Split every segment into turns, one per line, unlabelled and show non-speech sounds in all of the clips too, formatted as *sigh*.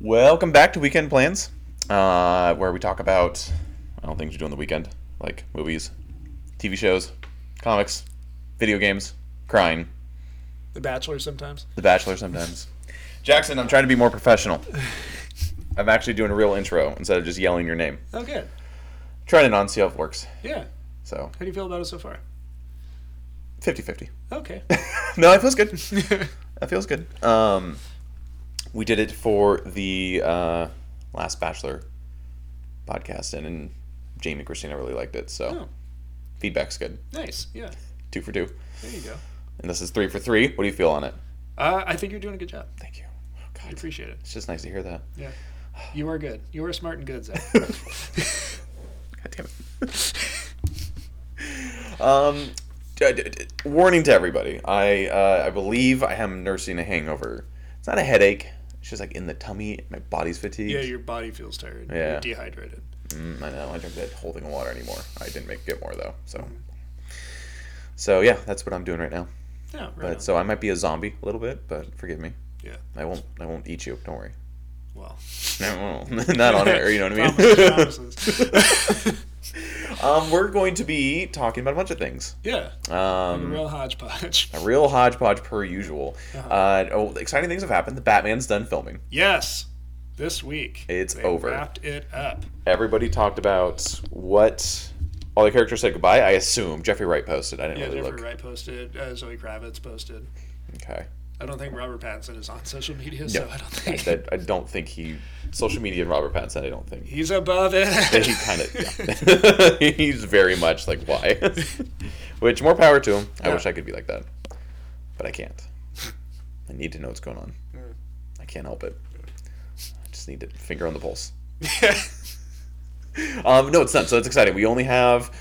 Welcome back to Weekend Plans, uh, where we talk about I don't things you do on the weekend, like movies, TV shows, comics, video games, crying,
The Bachelor sometimes.
The Bachelor sometimes. Jackson, I'm trying to be more professional. I'm actually doing a real intro instead of just yelling your name.
Oh, good.
Trying it on, see how it works.
Yeah.
So,
How do you feel about it so far?
50 50.
*laughs* Okay.
*laughs* No, it feels good. That feels good. Um, we did it for the uh, last Bachelor podcast, and, and Jamie and Christina really liked it. So
Oh.
feedback's good.
nice. Yeah.
Two for two,
There you go.
and this is three for three. What do you feel on it?
Uh, I think you're doing a good job.
Thank you. Oh,
I
God,
appreciate it.
it's just nice to hear
*laughs*
that.
Yeah. You are good. You are smart and good,
*laughs*
Zach.
God damn it. *laughs* um, d- d- d- warning to everybody. I uh, I believe I am nursing a hangover. It's not a headache. It's just like in the tummy. My body's fatigued.
yeah, your body feels tired.
Yeah.
You're dehydrated.
Mm, I know. I drank that whole thing of water anymore. I didn't make get more though. So, so yeah, that's what I'm doing right now.
Yeah, right.
But
on.
so I might be a zombie a little bit, but forgive me.
Yeah.
I won't. I won't eat you. Don't
*laughs*
worry.
well.
No, *laughs* not on air. You know what I mean.
*laughs* Promises, promises.
*laughs*
*laughs*
um, we're going to be talking about a bunch of things.
yeah. Like a
Um,
real hodgepodge.
a real hodgepodge per usual.
Uh-huh.
Uh, oh, exciting things have happened. The Batman's done filming.
Yes. This week.
It's
they
over. Oh,
Wrapped it up.
Everybody talked about what all the characters said goodbye. I assume Jeffrey Wright posted. I didn't
Yeah,
really
Jeffrey
look.
Wright posted. Uh, Zoe Kravitz posted.
Okay.
I don't think Robert Pattinson is on social media, so I don't think
that I don't think he social media and Robert Pattinson. I don't think
he's above it.
that he kind
*laughs*
of yeah. *laughs* he's very much like why, *laughs* which more power to him. I
Yeah.
wish I could be like that, but I can't. I need to know what's going on. I can't help it. I just need to finger on the pulse. Um, no, it's not. So that's exciting. We only have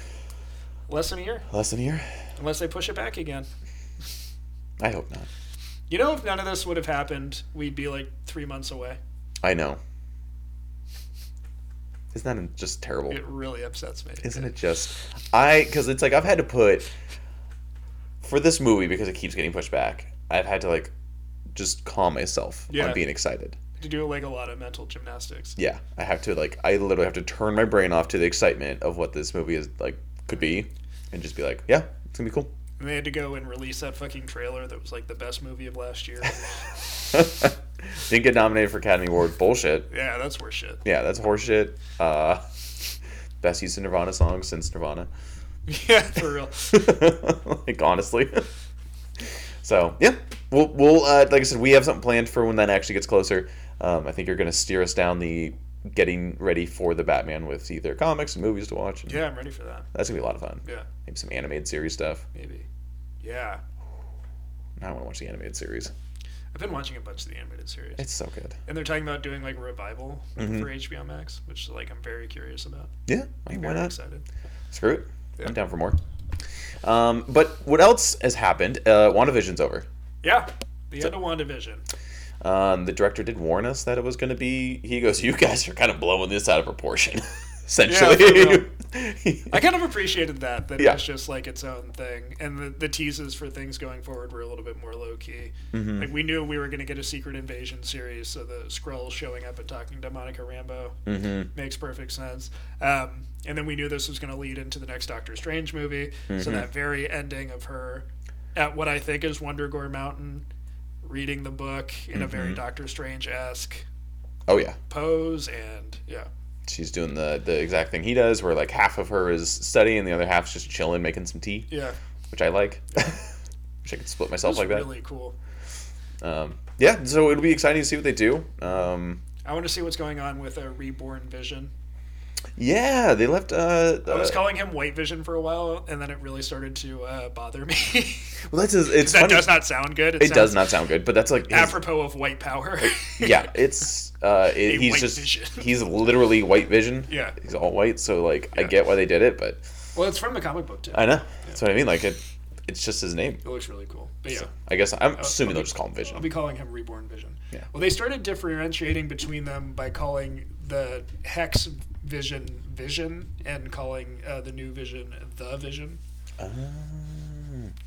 *laughs* Less than a year,
less than a year.
unless they push it back again.
I hope not.
You know, if none of this would have happened, we'd be like three months away.
I know. Isn't that just terrible?
It really upsets me.
Isn't it just I because it's like I've had to put for this movie because it keeps getting pushed back. I've had to like just calm myself
Yeah.
on being excited.
To do like a lot of mental gymnastics.
Yeah, I have to like I literally have to turn my brain off to the excitement of what this movie is like could be, and just be like, yeah, it's gonna be cool. *laughs*
And they had to go and release that fucking trailer that was like the best movie of
*laughs*
last year.
Didn't get nominated for Academy Award. Bullshit.
yeah, that's
*laughs*
worse shit.
Yeah, that's horseshit. Uh, *laughs* best use of Nirvana song since Nirvana.
Yeah, for real.
*laughs* like honestly. So yeah, we'll we'll uh, like I said, we have something planned for when that actually gets closer. Um, I think you're gonna steer us down the getting ready for the Batman with either comics and movies to watch. And
Yeah, I'm ready for that.
That's gonna be a lot of fun.
Yeah,
Maybe some animated series stuff.
maybe. Yeah.
I want to watch the animated series.
I've been watching a bunch of the animated series.
It's Mm-hmm. so good.
And they're talking about doing like a revival for HBO Max, which like I'm very curious about.
Yeah, I mean, why
Very
not?
excited.
Screw it.
Yeah.
I'm down for more. Um, but what else has happened? Uh, WandaVision's over.
Yeah. The end of WandaVision.
Um, the director did warn us that it was going to be. He goes, "You guys are kind of blowing this out of proportion." *laughs* Essentially, *laughs*
I kind of appreciated that that
Yeah.
it was just like its own thing, and the, the teases for things going forward were a little bit more low key.
Mm-hmm.
Like we knew we were going to get a secret invasion series, so the Skrulls showing up and talking to Monica Rambo
Mm-hmm.
makes perfect sense. Um, and then we knew this was going to lead into the next Doctor Strange movie,
Mm-hmm.
so that very ending of her at what I think is Wondergore Mountain, reading the book in a
Mm-hmm.
very Doctor Strange esque
oh yeah,
pose, and yeah,
she's doing the the exact thing he does, where like half of her is studying, and the other half's just chilling, making some tea,
yeah,
which I like. *laughs* Wish I could split
it
myself
was
like that.
really cool.
Um, yeah, so it'll be exciting to see what they do. Um,
I want to see what's going on with a reborn Vision.
yeah, they left. Uh,
I was
uh,
calling him White Vision for a while, and then it really started to uh, bother me. *laughs*
well, that's it's
that
funny.
does not sound good.
it does
sounds
not sound good, but that's like his-
Apropos of white power. *laughs*
yeah, it's uh, it, he's
white
just
vision. *laughs*
he's literally white vision.
Yeah.
he's all white, so like I get why they did it, but
well, it's from the comic book too.
I know that's what I mean. Like it, it's just his name.
it looks really cool. But yeah, Uh,
I guess I'm assuming they'll just call him
I'll
Vision.
be calling him Reborn Vision.
Yeah.
Well, they started differentiating between them by calling the Hex Vision Vision and calling uh, the new Vision the Vision.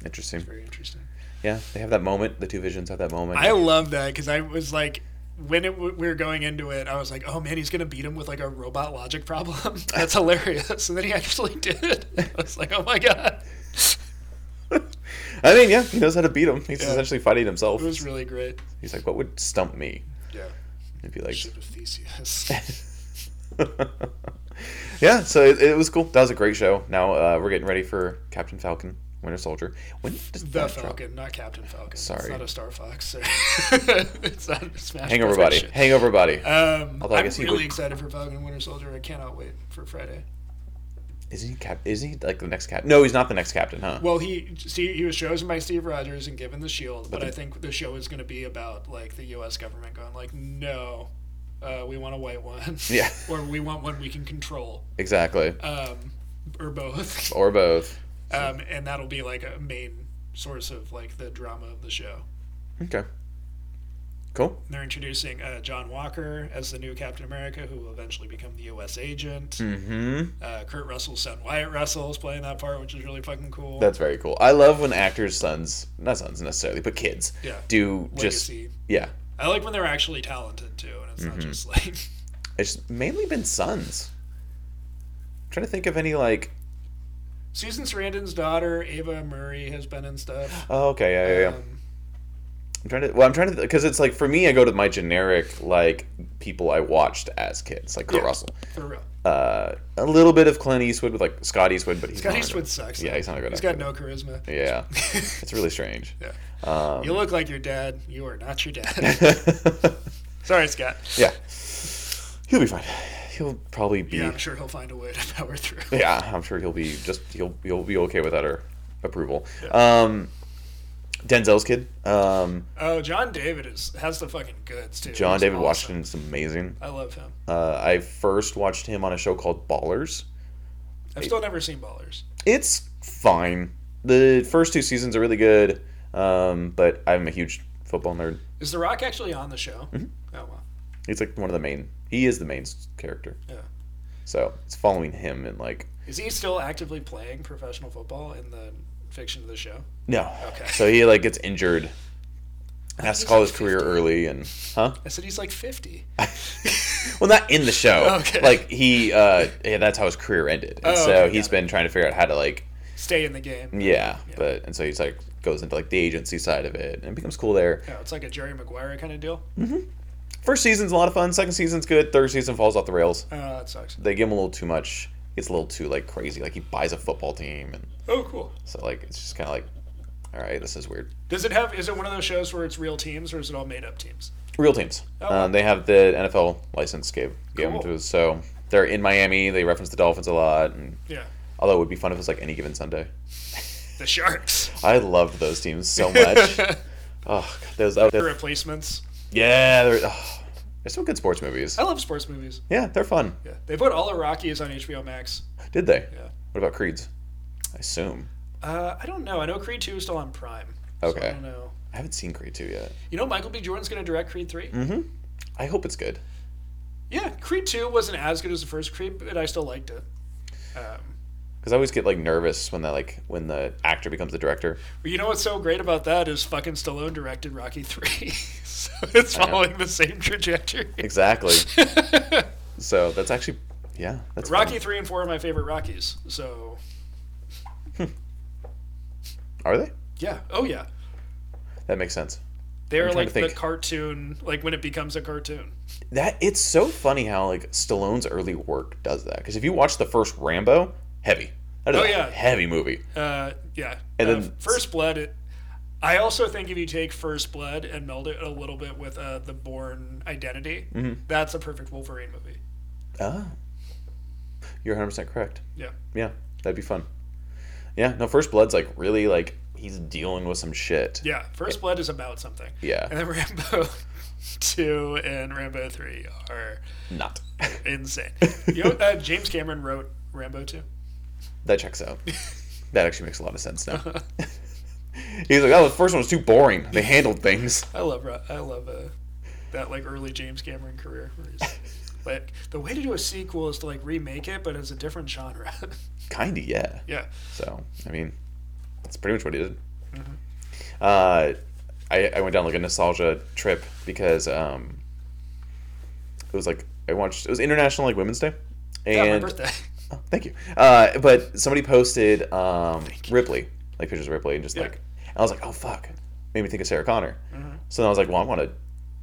Interesting.
Very interesting.
Yeah, they have that moment. The two visions have that moment.
I love that because I was like, when it, w- we were going into it, I was like, "Oh man, he's gonna beat him with like a robot logic problem. *laughs* That's hilarious." And then he actually *laughs* did. I was like, "Oh my god,
I mean, yeah, he knows how to beat him. He's
Yeah.
essentially fighting himself.
it was really great."
He's like, what would stump me?
Yeah,
It'd be like,
ship of Theseus.
*laughs* yeah. So it, it was cool. That was a great show. Now uh, we're getting ready for Captain Falcon, Winter Soldier. When does
The
that drop?
Falcon, not Captain Falcon.
Sorry.
it's not a Star Fox. *laughs* sorry.
*laughs*
it's not a Smash.
Hangover
Brothers
body.
shit.
Hangover body.
Um,
Although I
I'm
guess he
really
would-
excited for Falcon and Winter Soldier. I cannot wait for Friday.
Isn't he cap? Is he like the next cap? No, he's not the next captain, huh?
Well, he see he was chosen by Steve Rogers and given the shield, but
the-
I think the show is going to be about like the U.S. government going like, no, uh, we want a white one,
*laughs* Yeah.
*laughs* or we want one we can control,
exactly.
um, or both,
Or *laughs* both.
um, and that'll be like a main source of like the drama of the show.
Okay. Cool.
They're introducing uh, John Walker as the new Captain America, who will eventually become the U.S. agent.
Mm-hmm.
Uh, Kurt Russell's son Wyatt Russell is playing that part, which is really fucking cool.
That's very cool. I love when actors' sons, not sons necessarily, but kids,
Yeah.
do just Mm-hmm.
legacy.
yeah.
I like when they're actually talented too, and it's not just like *laughs*
It's mainly been sons. I'm trying to think of any like.
Susan Sarandon's daughter Ava Murray has been in stuff.
Oh, okay. Yeah, yeah, yeah.
Um,
I'm trying to. Well, I'm trying to because it's like for me, I go to my generic like people I watched as kids, like Kurt
Yeah.
Russell.
for real.
Uh, a little bit of Clint Eastwood with like Scott Eastwood, but he's
Scott
not-
Eastwood sucks.
Yeah, he's not a good
He's
actor.
got no charisma.
Yeah, it's really strange.
*laughs* Yeah.
Um,
You look like your dad. You are not
*laughs*
your dad. *laughs* Sorry, Scott.
yeah, he'll be fine. He'll probably be.
Yeah, I'm sure he'll find a way to
*laughs*
power through.
Yeah, I'm sure he'll be just he'll he'll be okay without our approval. Um, Denzel's kid, um,
Oh, John David is has the fucking goods too.
John
He's
David
awesome.
Washington's amazing.
I love him.
Uh, I first watched him on a show called Ballers.
I've still never seen Ballers.
It's fine. The first two seasons are really good, um, but I'm a huge football nerd.
Is The Rock actually on the show?
Mm-hmm.
Oh wow.
He's like one of the main. He is the main s- character.
Yeah.
So it's following him and like
Is he still actively playing professional football in the fiction of the show?
no.
Okay. Oh,
So he like gets injured, has to
he's
call
like
his career early, and huh?
I said he's like
*laughs*
50.
Well, not in the show.
Okay.
Like he, uh, yeah, that's how his career ended. And
Oh,
so
okay,
he's
got
been trying to figure out how to like,
Stay in the game.
yeah, but and so he's like goes into like the agency side of it and it becomes cool there.
Yeah, Oh, it's like a Jerry Maguire kind of deal.
First season's a lot of fun. Second season's good. Third season falls off the rails.
Oh, that sucks.
They give him a little too much. It's a little too like crazy. Like he buys a football team and
Oh, cool.
so like it's just kind of like, all right, this is weird.
Does it have? Is it one of those shows where it's real teams or is it all made up teams?
Real teams.
Oh.
Um, they have the NFL license gave gave them
Cool.
to us. So they're in Miami. They reference the Dolphins a lot. And
Yeah,
although it would be fun if it was like any given Sunday.
the *laughs* Sharks.
I loved those teams
*laughs*
so much. oh, God, those, that-
The
that-
replacements.
yeah, they're, oh, they're some good sports movies.
I love sports movies.
Yeah, they're fun.
Yeah, they put all the Rockies on HBO Max.
Did they?
Yeah.
What about Creeds? I assume.
Uh, I don't know. I know Creed Two is still on Prime. So I
Okay.
don't know.
I haven't seen Creed 2 yet.
You know, Michael B. Jordan's going to direct Creed Three.
I hope it's good.
Yeah, Creed Two wasn't as good as the first Creed, but I still liked it. Um,
Because I always get like nervous when that like when the actor becomes the director.
but you know what's so great about that is fucking Stallone directed Rocky Three, *laughs* so it's following the same trajectory. *laughs*
Exactly. so that's actually yeah, that's fun.
Rocky three and four are my favorite Rockies. So
Are they?
yeah, oh yeah,
That makes sense.
they're
trying
like
to
the
think.
cartoon, like when it becomes a cartoon.
That it's so funny how like Stallone's early work does that. Because if you watch the first Rambo, heavy. That is
Oh,
a
yeah.
heavy movie.
Uh, yeah,
And
Uh,
then-
First Blood. It, I also think if you take First Blood and meld it a little bit with uh, the Born Identity,
Mm-hmm.
that's a perfect Wolverine movie.
Ah. You're 100% correct.
Yeah,
Yeah, that'd be fun. Yeah, no, First Blood's like really like he's dealing with some shit.
yeah. First Blood is about something, and
Yeah,
then *laughs* Rambo two and Rambo three
*laughs*
are
not.
insane. You know, uh, James Cameron wrote Rambo two.
that checks
*laughs*
out. that actually makes a lot of sense now. *laughs* he's like, oh, the first one was too boring. They handled things.
I love Ro- I love uh, that like early James Cameron career. Where he's, like the way to do a sequel is to like remake it, but it's a different genre. *laughs*
Kinda, yeah.
yeah,
So, I mean, that's pretty much what he did.
Mm-hmm.
Uh, I, I went down like a nostalgia trip because um, it was like I watched it was International like Women's Day, and
yeah, my birthday.
Oh, thank you. Uh, but somebody posted um, Ripley, like pictures of Ripley, and just
Yeah. Mm-hmm.
like and I was like, oh fuck, made me think of Sarah Connor. So then I was like, well, I want to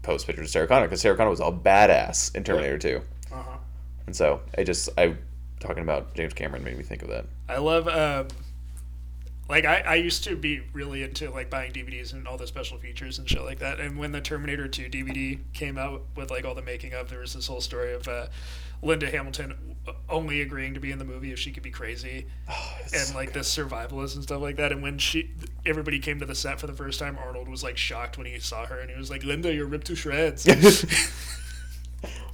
post pictures of Sarah Connor because Sarah Connor was all badass in Terminator Two,
Uh-huh.
and so I just I talking about James Cameron made me think of that.
I love um, like I, I used to be really into like buying DVDs and all the special features and shit like that. And when the Terminator 2 DVD came out with like all the making of, there was this whole story of uh, Linda Hamilton only agreeing to be in the movie if she could be crazy
*sighs*
and like this survivalist and stuff like that. And when she everybody came to the set for the first time, Arnold was like shocked when he saw her and he was like, "Linda, you're ripped
*laughs*
to shreds."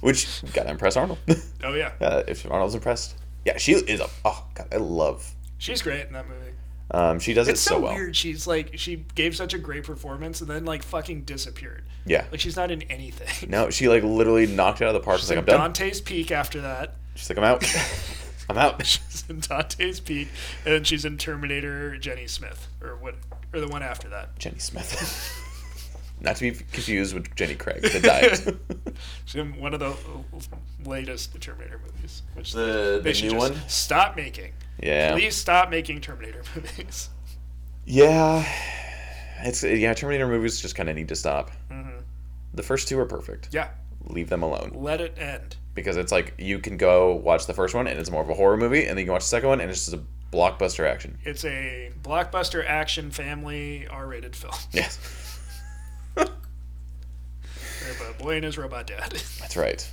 Which gotta impress Arnold. *laughs*
oh yeah,
uh, if Arnold's impressed, yeah, she is a oh god, I love.
she's great in that movie.
Um, she does
It's
it
so,
so well.
weird. She's like she gave such a great performance and then like fucking disappeared.
Yeah.
Like she's not in anything.
No, she like literally knocked it out of the park.
*laughs*
She's
She's
like,
in
I'm done.
Dante's Peak after that. *laughs*
She's like, I'm out. I'm out.
She's in Dante's Peak, and then she's in Terminator Jenny Smith or what or the one after that.
Jenny Smith. *laughs* Not to be confused with Jenny Craig that died.
*laughs* She's in one of the latest Terminator movies. Which
The- the
should
new
just
one?
Stop making.
yeah.
Please stop making Terminator *laughs* movies.
Yeah. It's yeah. Terminator movies just kind of need to stop. The first two are perfect.
Mm-hmm. Yeah,
Leave them alone
let it end.
because it's like you can go watch the first one and it's more of a horror movie, and then you can watch the second one and it's just a blockbuster action.
It's a blockbuster action family
*laughs*
R-rated film
Yes,
about a boy and his robot dad. *laughs*
that's right.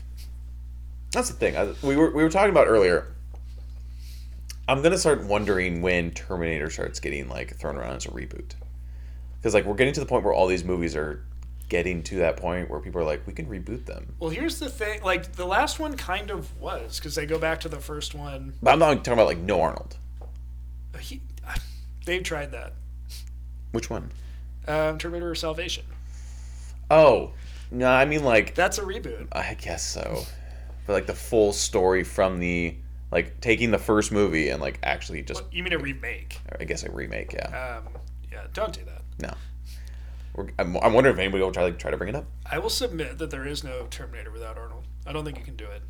That's the thing. I, we were we were talking about earlier. I'm gonna start wondering when Terminator starts getting like thrown around as a reboot, because like we're getting to the point where all these movies are getting to that point where people are like, we can reboot them.
Well, here's the thing. Like the last one kind of was because they go back to the first one.
But I'm not talking about like no Arnold.
He, they tried that.
Which one?
Um, Terminator Salvation.
Oh, no, I mean like
That's a reboot.
I guess so, but like the full story from the like taking the first movie and like actually just
You mean a remake?
I guess a remake. Yeah,
Um, yeah. Don't do that.
no. We're, I'm, I'm wondering if anybody will try like try to bring it up.
I will submit that there is no Terminator without Arnold. I don't think you can do it.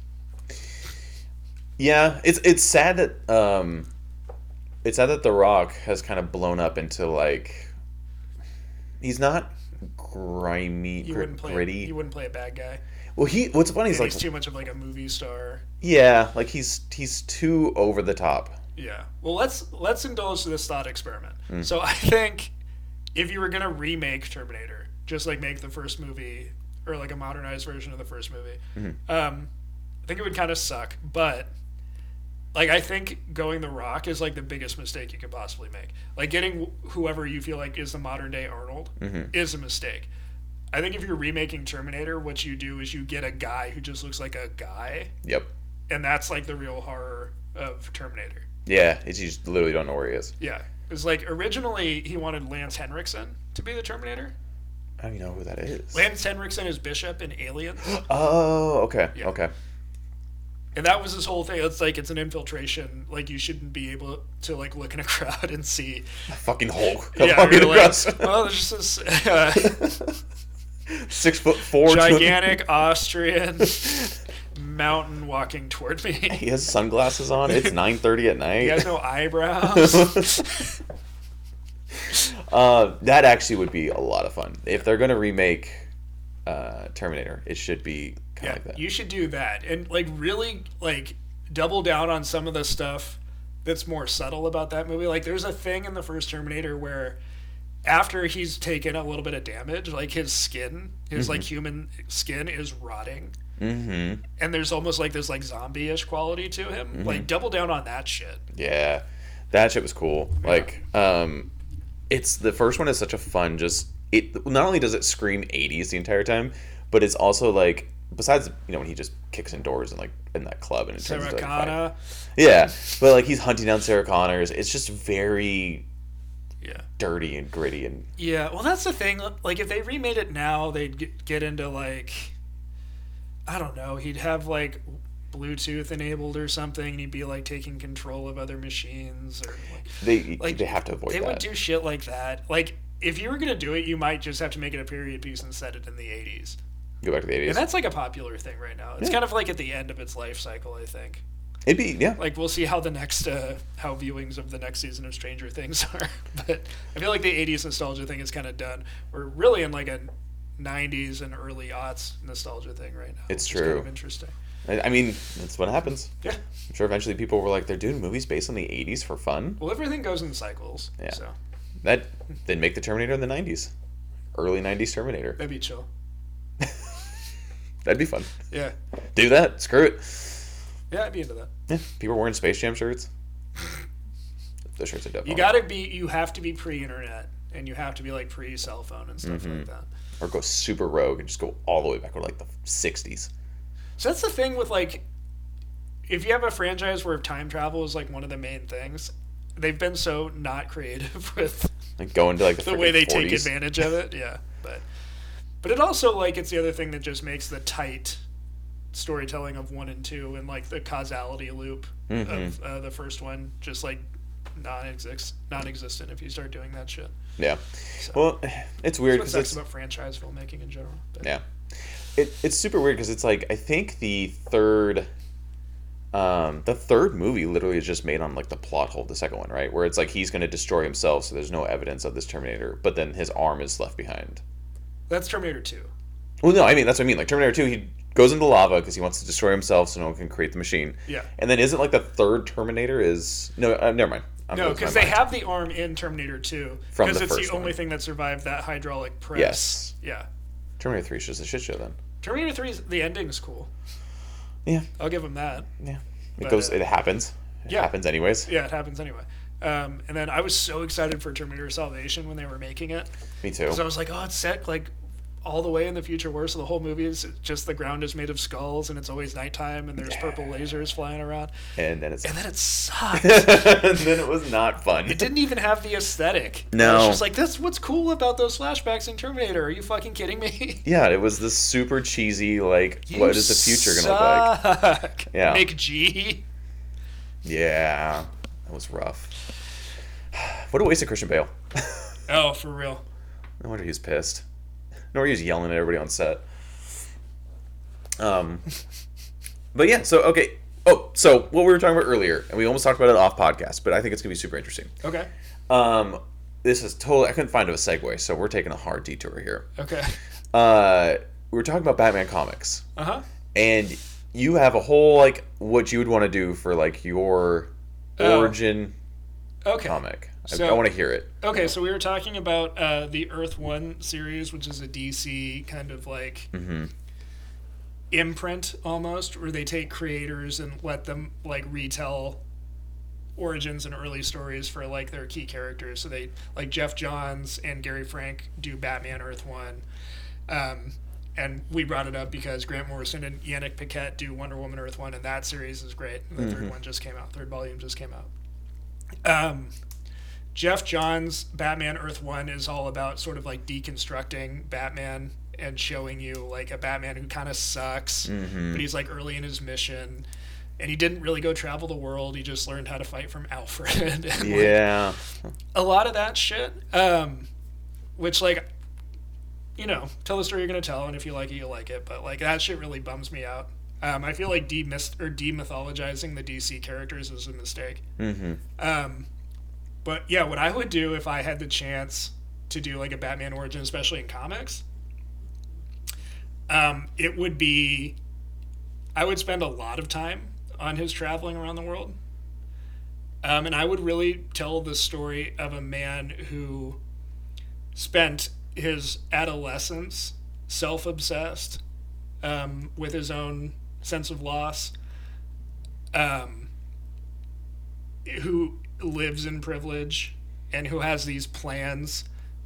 Yeah, it's it's sad that um, it's sad that The Rock has kind of blown up into like he's not grimy,
You
gr-
wouldn't play.
gritty.
You wouldn't play a bad guy.
well, he what's funny is
He's
like
too much of like a movie star.
yeah, like he's he's too over the top.
Yeah. Well, let's let's indulge this thought experiment. So I think if you were gonna remake Terminator, just like make the first movie or like a modernized version of the first movie, um, I think it would kind of suck. But like I think going the Rock is like the biggest mistake you could possibly make. Like getting wh- whoever you feel like is the modern day Arnold is a mistake. I think if you're remaking Terminator, what you do is you get a guy who just looks like a guy,
Yep.
and that's like the real horror of Terminator.
Yeah, it's you just literally don't know where he is.
Yeah. It was like originally he wanted Lance Henriksen to be the Terminator.
I don't even know who that is.
Lance Henriksen is Bishop in Aliens.
Oh, okay,
Yeah.
okay.
And that was his whole thing. It's like it's an infiltration. Like you shouldn't be able to like look in a *laughs* crowd and see.
Fucking Hulk.
*laughs* Yeah,
Fucking
you're like,
gross.
well, there's just this uh,
*laughs* Six foot four. two-
gigantic Austrian mountain walking toward
*laughs*
me.
He has sunglasses on. It's nine thirty at night.
*laughs* He has no eyebrows.
Uh, that actually would be a lot of fun if they're gonna remake uh, Terminator. It should be kind
Yeah,
of like that.
you should do that and like really like double down on some of the stuff that's more subtle about that movie. Like there's a thing in the first Terminator where after he's taken a little bit of damage, like his skin, his like human skin is rotting.
mm-hmm.
And there's almost like this like zombie-ish quality to him. Like double down on that shit.
Yeah, that shit was cool. Like, um, it's the first one is such a fun. Just it not only does it scream '80s the entire time, but it's also like besides you know when he just kicks in doors and like in that club and it turns
Sarah
into like, a fight.
Connor. *laughs*
yeah, but like he's hunting down Sarah Connors. It's just very
Yeah.
dirty and gritty and
Yeah, well, that's the thing. Like, if they remade it now, they'd get- get into like, I don't know. He'd have like Bluetooth enabled or something, and he'd be like taking control of other machines or like.
they
Like,
they have to avoid
They would
that.
do shit like that. Like, if you were gonna do it, you might just have to make it a period piece and set it in the '80s.
Go back to the
And
eighties.
that's like a popular thing right now. It's
Yeah.
kind of like at the end of its life cycle, I think.
It'd be yeah.
Like we'll see how the next uh, how viewings of the next season of Stranger Things *laughs* are. but I feel like the '80s nostalgia thing is kind of done. We're really in like a '90s and early aughts nostalgia thing right now.
It's
which is kind
true.
of interesting.
I, I mean, that's what happens.
Yeah.
I'm sure eventually people were like, they're doing movies based on the eighties for fun.
Well, everything goes in cycles.
Yeah.
So
That then make the Terminator in the nineties, early nineties Terminator.
that'd be chill.
That'd be fun.
Yeah.
Do that. Screw it.
Yeah, I'd be into that.
Yeah. People wearing Space Jam shirts. Those shirts are dope.
You gotta be. You have to be pre-internet, and you have to be like pre-cell phone and stuff
Mm-hmm.
like that.
or go super rogue and just go all the way back to like the sixties.
So that's the thing with like, if you have a franchise where time travel is like one of the main things, they've been so not creative *laughs* with
Like go into like the,
the way they take
advantage.
advantage of it. Yeah, but but it also like it's the other thing that just makes the tight storytelling of one and two and like the causality loop
Mm-hmm.
of uh, the first one just like non-exist non-existent if you start doing that shit.
Yeah. Well, it's weird
That's what
because
sucks
it's
about franchise filmmaking in general. But
yeah, it, it's super weird because it's like I think the third, um, the third movie literally is just made on like the plot hole of the second one, right? Where it's like he's gonna destroy himself, so there's no evidence of this Terminator, but then his arm is left behind.
That's Terminator Two.
Well, no, I mean that's what I mean. Like Terminator Two, he goes into lava because he wants to destroy himself, so no one can create the machine.
Yeah.
And then isn't like the third Terminator is no, uh, never mind. I'm
No,
losing my
because they
mind.
have the arm in Terminator 2.
From
Because
the
it's the
first
only
one.
thing that survived that hydraulic press.
Yes.
Yeah.
Terminator Three is just a shit show. Then
Terminator 3, 's- the ending's cool.
Yeah.
I'll give them that.
yeah, it
But,
goes.
uh,
it happens. It
yeah.
happens anyways.
Yeah, it happens anyway. Um, and then I was so excited for Terminator Salvation when they were making it.
Me too.
Because I was like, oh, it's set like all the way in the future where so the whole movie is just the ground is made of skulls and it's always nighttime and there's purple lasers flying around.
and then it's
And then
*laughs*
it sucked.
and then it was not fun.
It didn't even have the aesthetic.
No.
It's just like, that's what's cool about those flashbacks in Terminator. Are you fucking kidding me? *laughs*
Yeah, it was this super cheesy like what is the future gonna look like?
look like?
Yeah.
Make G.
Yeah. That was rough. *sighs* What a waste of Christian Bale.
Oh, for real.
No wonder he was pissed. No wonder he was yelling at everybody on set. Um *laughs* But yeah, so okay. Oh, so what we were talking about earlier, and we almost talked about it off podcast, but I think it's gonna be super interesting.
Okay.
Um this is totally I couldn't find a segue, so we're taking a hard detour here.
Okay.
Uh we were talking about Batman comics.
Uh huh.
and you have a whole like what you would want to do for like your
Oh.
origin
Okay.
comic. I, I
So-
want to hear it.
Okay, so we were talking about uh, the Earth One series, which is a DC kind of like imprint almost, where they take creators and let them like retell origins and early stories for like their key characters. So they like Jeff Johns and Gary Frank do Batman Earth One. Um, and we brought it up because Grant Morrison and Yannick Paquette do Wonder Woman Earth One, and that series is great. The third one just came out. Third volume just came out. Um, Jeff Johns' Batman Earth One is all about sort of like deconstructing Batman and showing you like a Batman who kind of sucks, but he's like early in his mission, and he didn't really go travel the world. He just learned how to fight from Alfred. *laughs* and, like,
Yeah,
a lot of that shit. Um, which like, you know, tell the story you're gonna tell, and if you like it, you like it. But like that shit really bums me out. Um, I feel like demyst or demythologizing the DC characters is a mistake.
Mm-hmm.
Um, but yeah, what I would do if I had the chance to do like a Batman origin, especially in comics, um, it would be I would spend a lot of time on his traveling around the world. Um, and I would really tell the story of a man who spent his adolescence self obsessed um, with his own sense of loss, um, who lives in privilege and who has these plans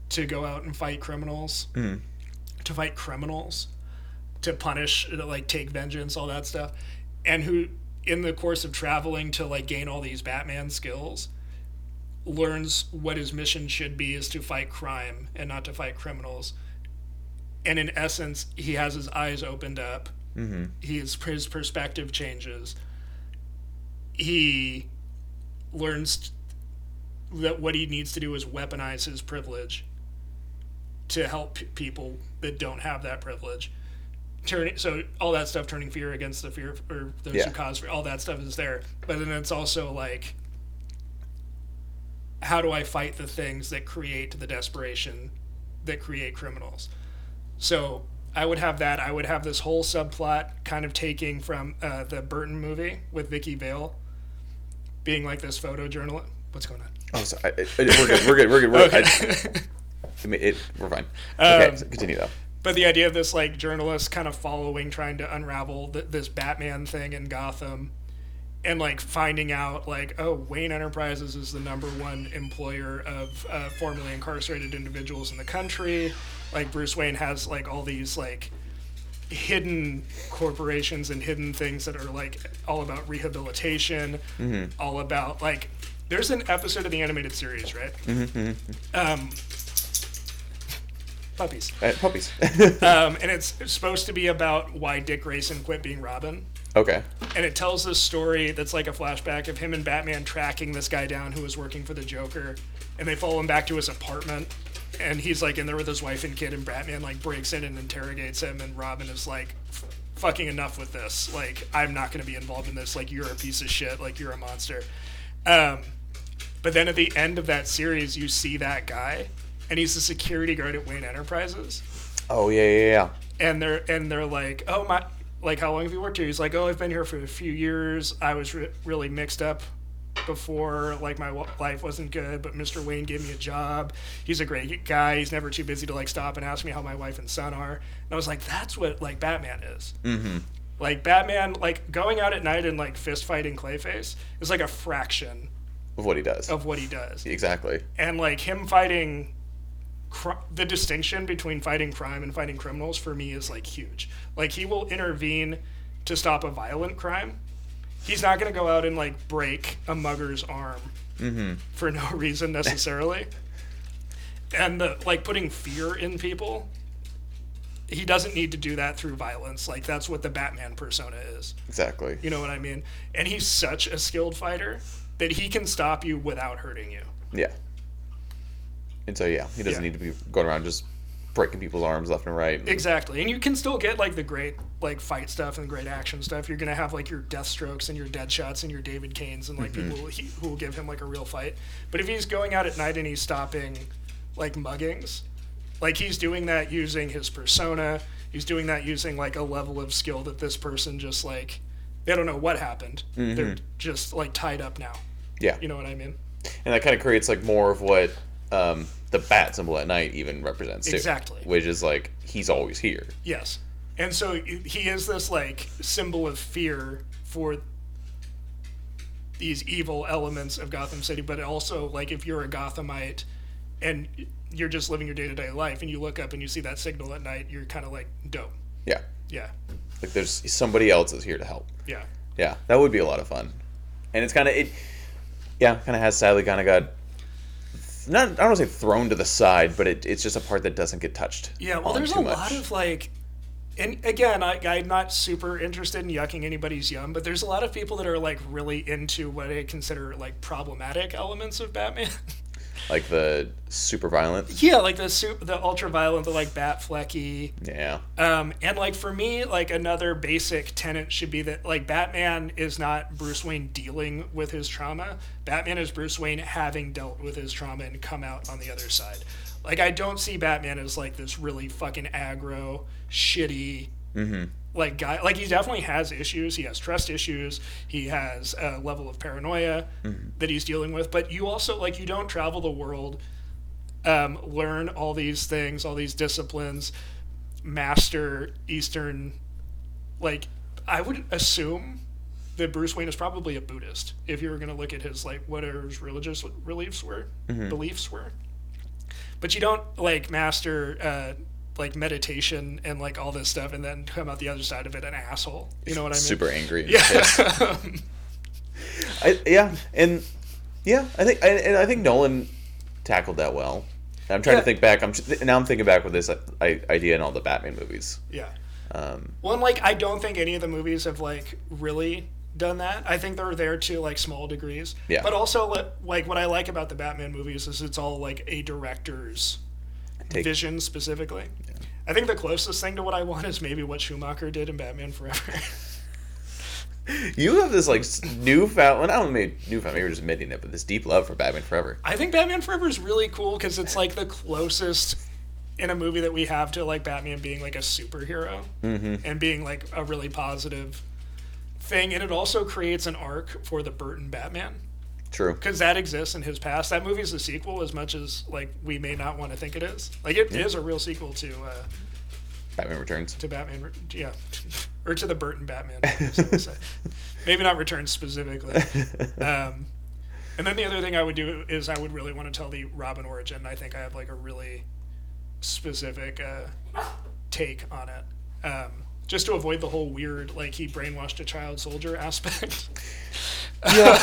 to go out and fight criminals, to fight criminals, to punish, to, like take vengeance, all that stuff, and who in the course of traveling to like gain all these Batman skills learns what his mission should be is to fight crime and not to fight criminals. And in essence, he has his eyes opened up. Mm-hmm. His his perspective changes. He learns that what he needs to do is weaponize his privilege to help p- people that don't have that privilege turning so all that stuff turning fear against the fear or those
Yeah.
who cause fear, all that stuff is there but then it's also like how do i fight the things that create the desperation that create criminals so i would have that i would have this whole subplot kind of taking from uh, the burton movie with vicky vale being like this photojournalist what's going on
Oh, sorry. I, I, we're good. We're good. We're good. We're good. I,
*laughs* Okay.
I mean, it, we're fine. Okay,
Um,
so continue though.
but the idea of this like journalist kind of following trying to unravel th- this batman thing in gotham and like finding out like oh wayne enterprises is the number one employer of uh, formerly incarcerated individuals in the country like bruce wayne has like all these like hidden corporations and hidden things that are like all about rehabilitation all about like there's an episode of the animated series right um puppies
Uh,
*laughs*
puppies.
um, and it's supposed to be about why Dick Grayson quit being Robin.
okay.
And it tells this story that's like a flashback of him and Batman tracking this guy down who was working for the Joker, and they follow him back to his apartment. And he's like in there with his wife and kid, and Batman like breaks in and interrogates him, and Robin is like, "F- "Fucking enough with this! Like, I'm not going to be involved in this. Like, you're a piece of shit. Like, you're a monster." Um, but then at the end of that series, you see that guy, and he's the security guard at Wayne Enterprises
Oh yeah, yeah, yeah.
and they're and they're like, oh my, like how long have you worked here? He's like, oh, I've been here for a few years. I was re- really mixed up before, like my w- life wasn't good, but Mr. Wayne gave me a job. He's a great guy. He's never too busy to like stop and ask me how my wife and son are. And I was like, that's what like Batman is. Mm-hmm. Like Batman, like going out at night and like fist fighting Clayface is like a fraction
Of what he does.
of what he does
Exactly.
and like him fighting cr- the distinction between fighting crime and fighting criminals for me is like huge like he will intervene to stop a violent crime he's not going to go out and like break a mugger's arm for no *laughs* reason necessarily and the like putting fear in people he doesn't need to do that through violence like that's what the batman persona is
Exactly.
you know what i mean and he's such a skilled fighter that he can stop you without hurting you
Yeah. And so yeah, he doesn't
Yeah.
need to be going around just breaking people's arms left and right. and-
Exactly, and you can still get like the great like fight stuff and great action stuff. You're gonna have like your death strokes and your dead shots and your David Canes and like people who, he, who will give him like a real fight. But if he's going out at night and he's stopping like muggings, like he's doing that using his persona. He's doing that using like a level of skill that this person just like they don't know what happened. They're just like tied up now.
Yeah.
You know what I mean?
and that kind of creates like more of what um, the bat symbol at night even represents too.
Exactly.
Which is like he's always here.
Yes. And so he is this like symbol of fear for these evil elements of Gotham City, but also like if you're a Gothamite and you're just living your day-to-day life and you look up and you see that signal at night, you're kind of like dope.
Yeah.
Yeah.
Like there's somebody else is here to help.
Yeah.
Yeah, that would be a lot of fun. And it's kind of it. Yeah, kind of has sadly kind of got. Not, I don't want to say thrown to the side, but it, it's just a part that doesn't get touched.
Yeah, well,
on
there's
too
a
much.
lot of like, and again, I, I'm not super interested in yucking anybody's yum, but there's a lot of people that are like really into what I consider like problematic elements of Batman. *laughs*
like the super violent.
yeah, like the soup, the ultra violent, the like Bat Flecky,
Yeah,
um, and like for me, like another basic tenet should be that like Batman is not Bruce Wayne dealing with his trauma. Batman is Bruce Wayne having dealt with his trauma and come out on the other side. Like I don't see Batman as like this really fucking aggro, shitty, like guy. Like he definitely has issues. He has trust issues. He has a level of paranoia that he's dealing with. But you also like you don't travel the world, um, learn all these things, all these disciplines master Eastern, like I would assume that Bruce Wayne is probably a Buddhist. If you were going to look at his like what are his religious beliefs were, beliefs were, but you don't like master uh, like meditation and like all this stuff, and then come out the other side of it an asshole. You know what I mean?
super angry. and pissed.
Yeah. *laughs*
I, yeah, and yeah, I think I, and I think Nolan tackled that well. I'm trying
Yeah.
to think back. I'm just- now I'm thinking back with this I, I, idea in all the Batman movies.
yeah.
Um,
Well, and like I don't think any of the movies have like really done that. I think they're there to like small degrees.
Yeah.
But also, li- like what I like about the Batman movies is it's all like a director's
Take-
vision specifically. I think the closest thing to what I want is maybe what Schumacher did in Batman Forever. *laughs*
You have this like s- newfound. Well, I don't mean newfound. Maybe you're just admitting it, but this deep love for Batman Forever.
I think Batman Forever is really cool because it's like the closest in a movie that we have to like Batman being like a superhero and being like a really positive thing. And it also creates an arc for the Burton Batman
True.
because that exists in his past. That movie's a sequel as much as like we may not want to think it is. Like it is a real sequel to uh,
Batman Returns.
to Batman, Re- yeah, or to the Burton Batman. I guess I would say. Maybe not Returns specifically. Um, and then the other thing I would do is I would really want to tell the Robin origin. I think I have like a really specific uh, take on it, um, just to avoid the whole weird like he brainwashed a child soldier aspect. *laughs*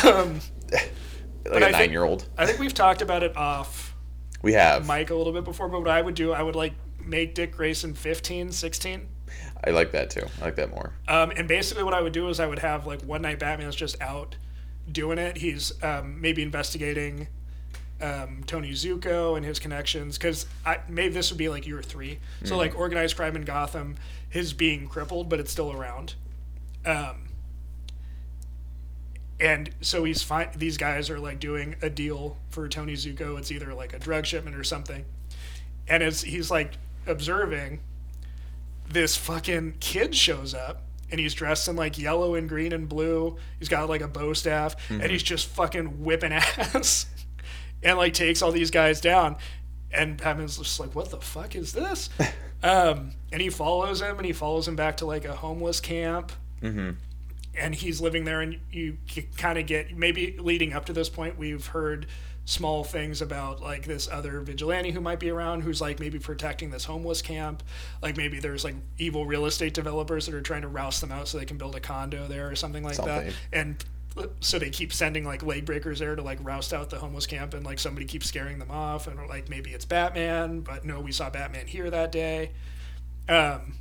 um,
like a
I think-
nine year old.
I think we've talked about it off
We have.
mic a little bit before, but what I would do, I would like make Dick Grayson 15, 16.
I like that too. I like that more.
Um, and basically, what I would do is I would have like one night Batman's just out doing it. He's um, maybe investigating um, Tony Zuko and his connections because maybe this would be like year three. So like organized crime in Gotham, his being crippled, but it's still around. Um, and so he's fine. These guys are like doing a deal for Tony Zuko. It's either like a drug shipment or something. And it's he's like observing this fucking kid shows up and he's dressed in like yellow and green and blue. He's got like a bow staff and he's just fucking whipping *laughs* ass and like takes all these guys down. And Batman's just like, what the fuck is this? um, and he follows him and he follows him back to like a homeless camp. And he's living there, and you kind of get maybe leading up to this point, we've heard small things about like this other vigilante who might be around who's like maybe protecting this homeless camp. Like maybe there's like evil real estate developers that are trying to rouse them out so they can build a condo there or something like
Something.
that. And so they keep sending like leg breakers there to like roust out the homeless camp, and like somebody keeps scaring them off, and like maybe it's Batman, but no, we saw Batman here that day. Um,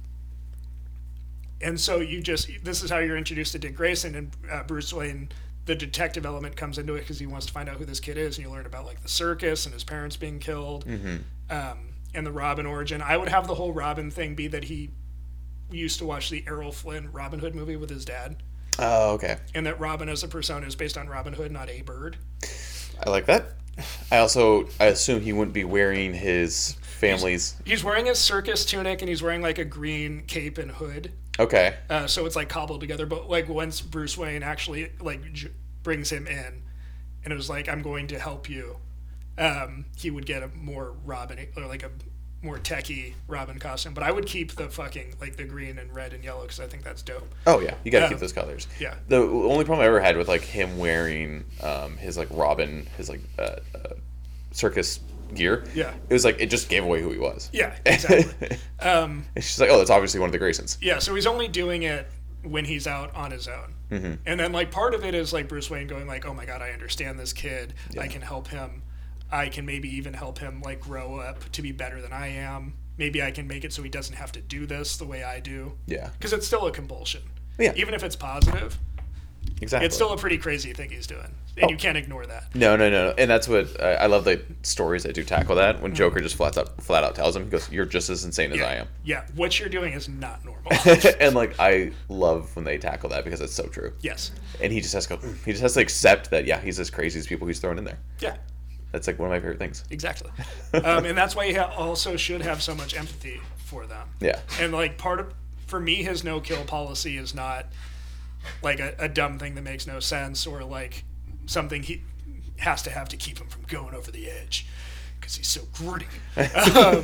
and so you just this is how you're introduced to Dick Grayson and uh, Bruce Wayne. The detective element comes into it because he wants to find out who this kid is, and you learn about like the circus and his parents being killed, um, and the Robin origin. I would have the whole Robin thing be that he used to watch the Errol Flynn Robin Hood movie with his dad,
Oh, okay.
and that Robin as a persona is based on Robin Hood, not a bird.
I like that. I also I assume he wouldn't be wearing his family's.
He's wearing his circus tunic and he's wearing like a green cape and hood.
Okay.
uh, so it's like cobbled together. But like once Bruce Wayne actually like j- brings him in, and it was like I'm going to help you, um, he would get a more Robin or like a more techie Robin costume. But I would keep the fucking like the green and red and yellow because I think that's dope.
Oh yeah, you gotta
Um,
keep those colors.
yeah.
The only problem I ever had with like him wearing um, his like Robin, his like uh, uh, circus gear.
Yeah.
It was like it just gave away who he was.
Yeah, exactly. um,
It's just like oh, that's obviously one of the Graysons.
Yeah, so he's only doing it when he's out on his own.
Mm-hmm.
And then like part of it is like Bruce Wayne going like, "Oh my god, I understand this kid. I can help him. I can maybe even help him like grow up to be better than I am. Maybe I can make it so he doesn't have to do this the way I do."
Yeah.
Cuz it's still a compulsion.
Yeah.
Even if it's positive,
Exactly.
it's still a pretty crazy thing he's doing. And
Oh.
you can't ignore that.
No, no, no, and that's what I, I love. The stories that do tackle that when Joker just flat out flat out tells him, he goes, "You're just as insane as I am,"
Mm-hmm.
*laughs*
Yeah, what you're doing is not normal.
and like I love when they tackle that because it's so true.
yes.
And he just has to go, he just has to accept that yeah, he's as crazy as people he's thrown in there.
Yeah.
That's like one of my favorite things.
Exactly. um, and that's why you ha- also should have so much empathy for them.
Yeah,
And like part of for me his no kill policy is not like a, a dumb thing that makes no sense or like something he has to have to keep him from going over the edge because he's so gritty. Um,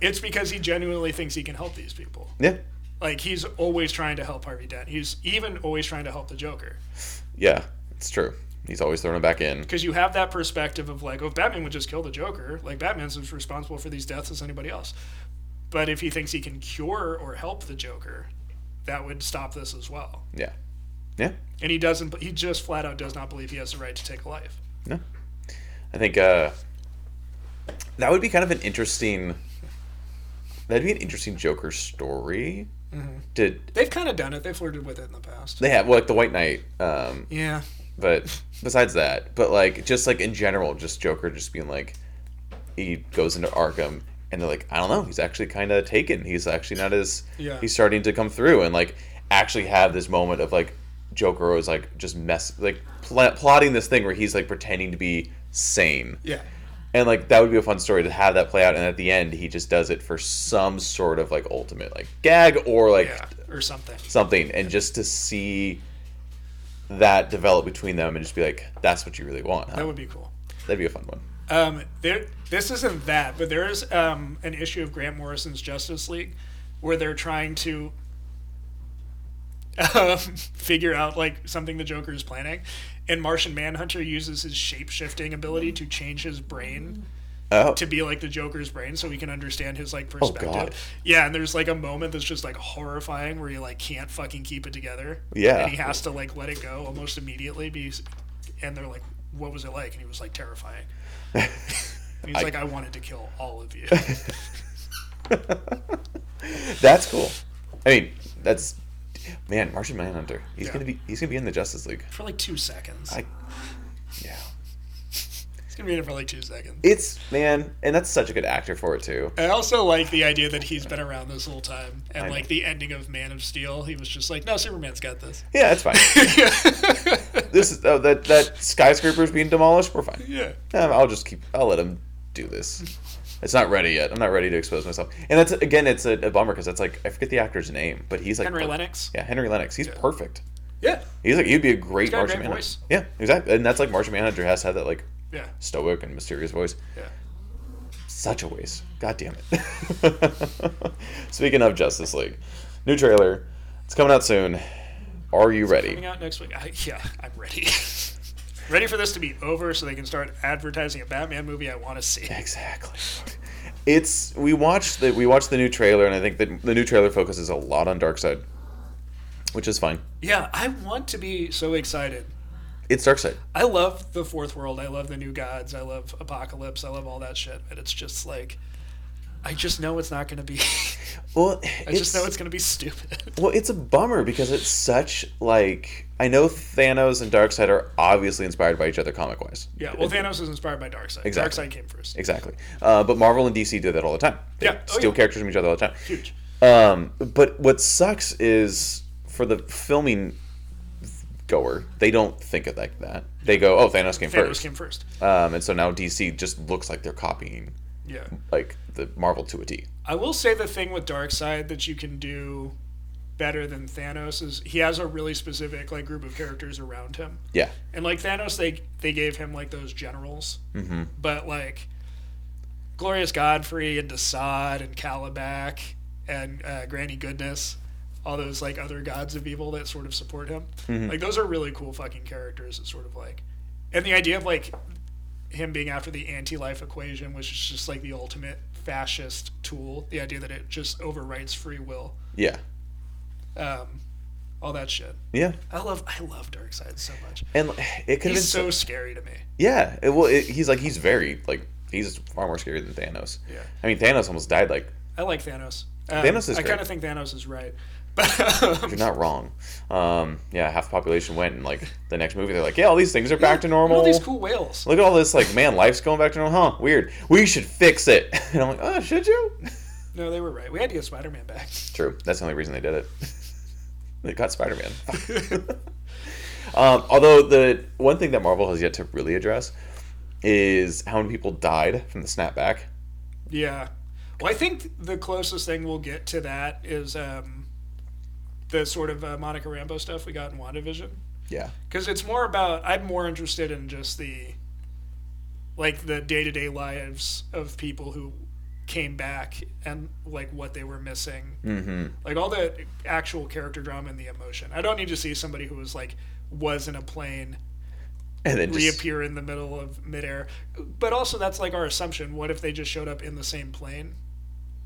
it's because he genuinely thinks he can help these people.
yeah,
Like he's always trying to help Harvey Dent. He's even always trying to help the Joker
yeah. It's true. He's always thrown him back in.
because you have that perspective of like, oh, if Batman would just kill the Joker, like Batman's as responsible for these deaths as anybody else. But if he thinks he can cure or help the Joker, that would stop this as well.
Yeah, yeah.
And he doesn't. He just flat out does not believe he has the right to take a life.
No. I think uh, that would be kind of an interesting. That'd be an interesting Joker story. Did
They've kind of done it. They flirted with it in the past.
they have well, like the White Knight? Um,
Yeah,
but *laughs* besides that, but like just like in general, just Joker just being like, he goes into Arkham and they're like, I don't know, he's actually kind of taken. He's actually not as
Yeah.
he's starting to come through and like actually have this moment of like Joker is like just mess like pl- plotting this thing where he's like pretending to be sane.
Yeah.
And like that would be a fun story to have that play out and at the end he just does it for some sort of like ultimate like gag or like
Yeah. Or something.
something and just to see that develop between them and just be like that's what you really want.
That
Huh?
would be cool.
That'd be a fun one.
Um, there, this isn't that, but there is um, an issue of Grant Morrison's Justice League where they're trying to *laughs* um, figure out like something the Joker is planning, and Martian Manhunter uses his shape shifting ability to change his brain
Oh.
to be like the Joker's brain, so we can understand his like perspective.
God.
Yeah, and there's like a moment that's just like horrifying where you like can't fucking keep it together.
Yeah.
and he has to like let it go almost immediately. Be, and they're like, "What was it like?" And he was
*laughs*
like, "Terrifying." And he's
I-
like, "I wanted to kill
*laughs*
all of you."
That's cool. I mean, that's man, Martian Manhunter. He's
Yeah.
gonna be he's gonna be in the Justice League.
for like two seconds.
I- Yeah,
He's gonna be in it for like two seconds.
it's man, and that's such a good actor for it too.
I also like the idea that he's been around this whole time, and
I know.
like the ending of Man of Steel, he was just like, "No, Superman's
*laughs*
got this." *laughs*
Yeah, it's fine. this is oh, that that skyscraper's being demolished. We're fine.
yeah.
Um, I'll just keep. I'll let him do this. It's not ready yet. I'm not ready to expose myself. And that's again, it's a, a bummer because that's like I forget the actor's name, but he's like
Henry
per-
Lennox.
Yeah, Henry Lennox. He's perfect.
Yeah.
He's like he'd be a great
got a
Martian
great
Manhunter.
voice.
Yeah, exactly. And that's like Martian Manhunter has to have that like
Yeah.
stoic and mysterious voice.
Yeah.
Such a waste. God damn it. *laughs* Speaking of Justice League, new trailer. It's coming out soon. Are you ready?
Coming out next week. I, yeah, I'm ready. *laughs* ready for this to be over so they can start advertising a Batman movie I want to see.
Exactly. It's we watched the we watched the new trailer and I think that the new trailer focuses a lot on Darkseid, which is fine.
Yeah, I want to be so excited.
It's Darkseid.
I love the fourth world. I love the new gods. I love apocalypse. I love all that shit. But it's just like, I just know it's not going to be. *laughs*
Well,
I just know it's going to be stupid. *laughs*
Well, it's a bummer because it's such like I know Thanos and Darkseid are obviously inspired by each other comic wise.
Yeah, well, Thanos was inspired by Darkseid.
Exactly.
Darkseid came first.
Exactly. Uh, but Marvel and DC do that all the time. They
Yeah. Oh,
steal
yeah.
characters from each other all the time.
Huge.
Um, but what sucks is for the filming goer, they don't think of it like that. They go, "Oh, Thanos came
Thanos
first.
came first.
Um, and so now DC just looks like they're copying
Yeah.
like the Marvel to a T.
I will say the thing with Darkseid that you can do better than Thanos is he has a really specific like group of characters around him.
Yeah,
And like Thanos, they they gave him like those generals, mm-hmm. but like Glorious Godfrey and Desaad and Calabac and uh, Granny Goodness, all those like other gods of evil that sort of support him. Like those are really cool fucking characters. It's sort of like, and the idea of like him being after the anti-life equation, which is just like the ultimate fascist tool. The idea that it just overwrites free will,
yeah,
um, all that shit.
yeah.
I love I love Darkseid so much.
And like, it could have been
He's
so.
so scary to me.
yeah, it, well, it, he's like he's very like he's far more scary than Thanos.
Yeah.
I mean Thanos almost died. Like
I like Thanos. Um,
Thanos is
I
great.
kind of think Thanos is right, *laughs* but um,
you're not wrong. Um, yeah, half the population went, and like the next movie, they're like, yeah, all these things are back to
look at
normal.
all these cool whales.
Look at all this, like, man, life's going back to normal. Huh, weird. We should fix it. *laughs* And I'm like, oh, should you? *laughs*
No, they were right. We had to get Spider-Man back. *laughs*
True. That's the only reason they did it. *laughs* they got Spider Man. *laughs* um, although the one thing that Marvel has yet to really address is how many people died from the snapback.
Yeah. Well, I think the closest thing we'll get to that is um, the sort of uh, Monica Rambo stuff we got in WandaVision.
Yeah.
because it's more about i'm more interested in just the like the day-to-day lives of people who came back and like what they were missing mm-hmm. like all the actual character drama and the emotion i don't need to see somebody who was like was in a plane
And then just,
reappear in the middle of midair but also that's like our assumption what if they just showed up in the same plane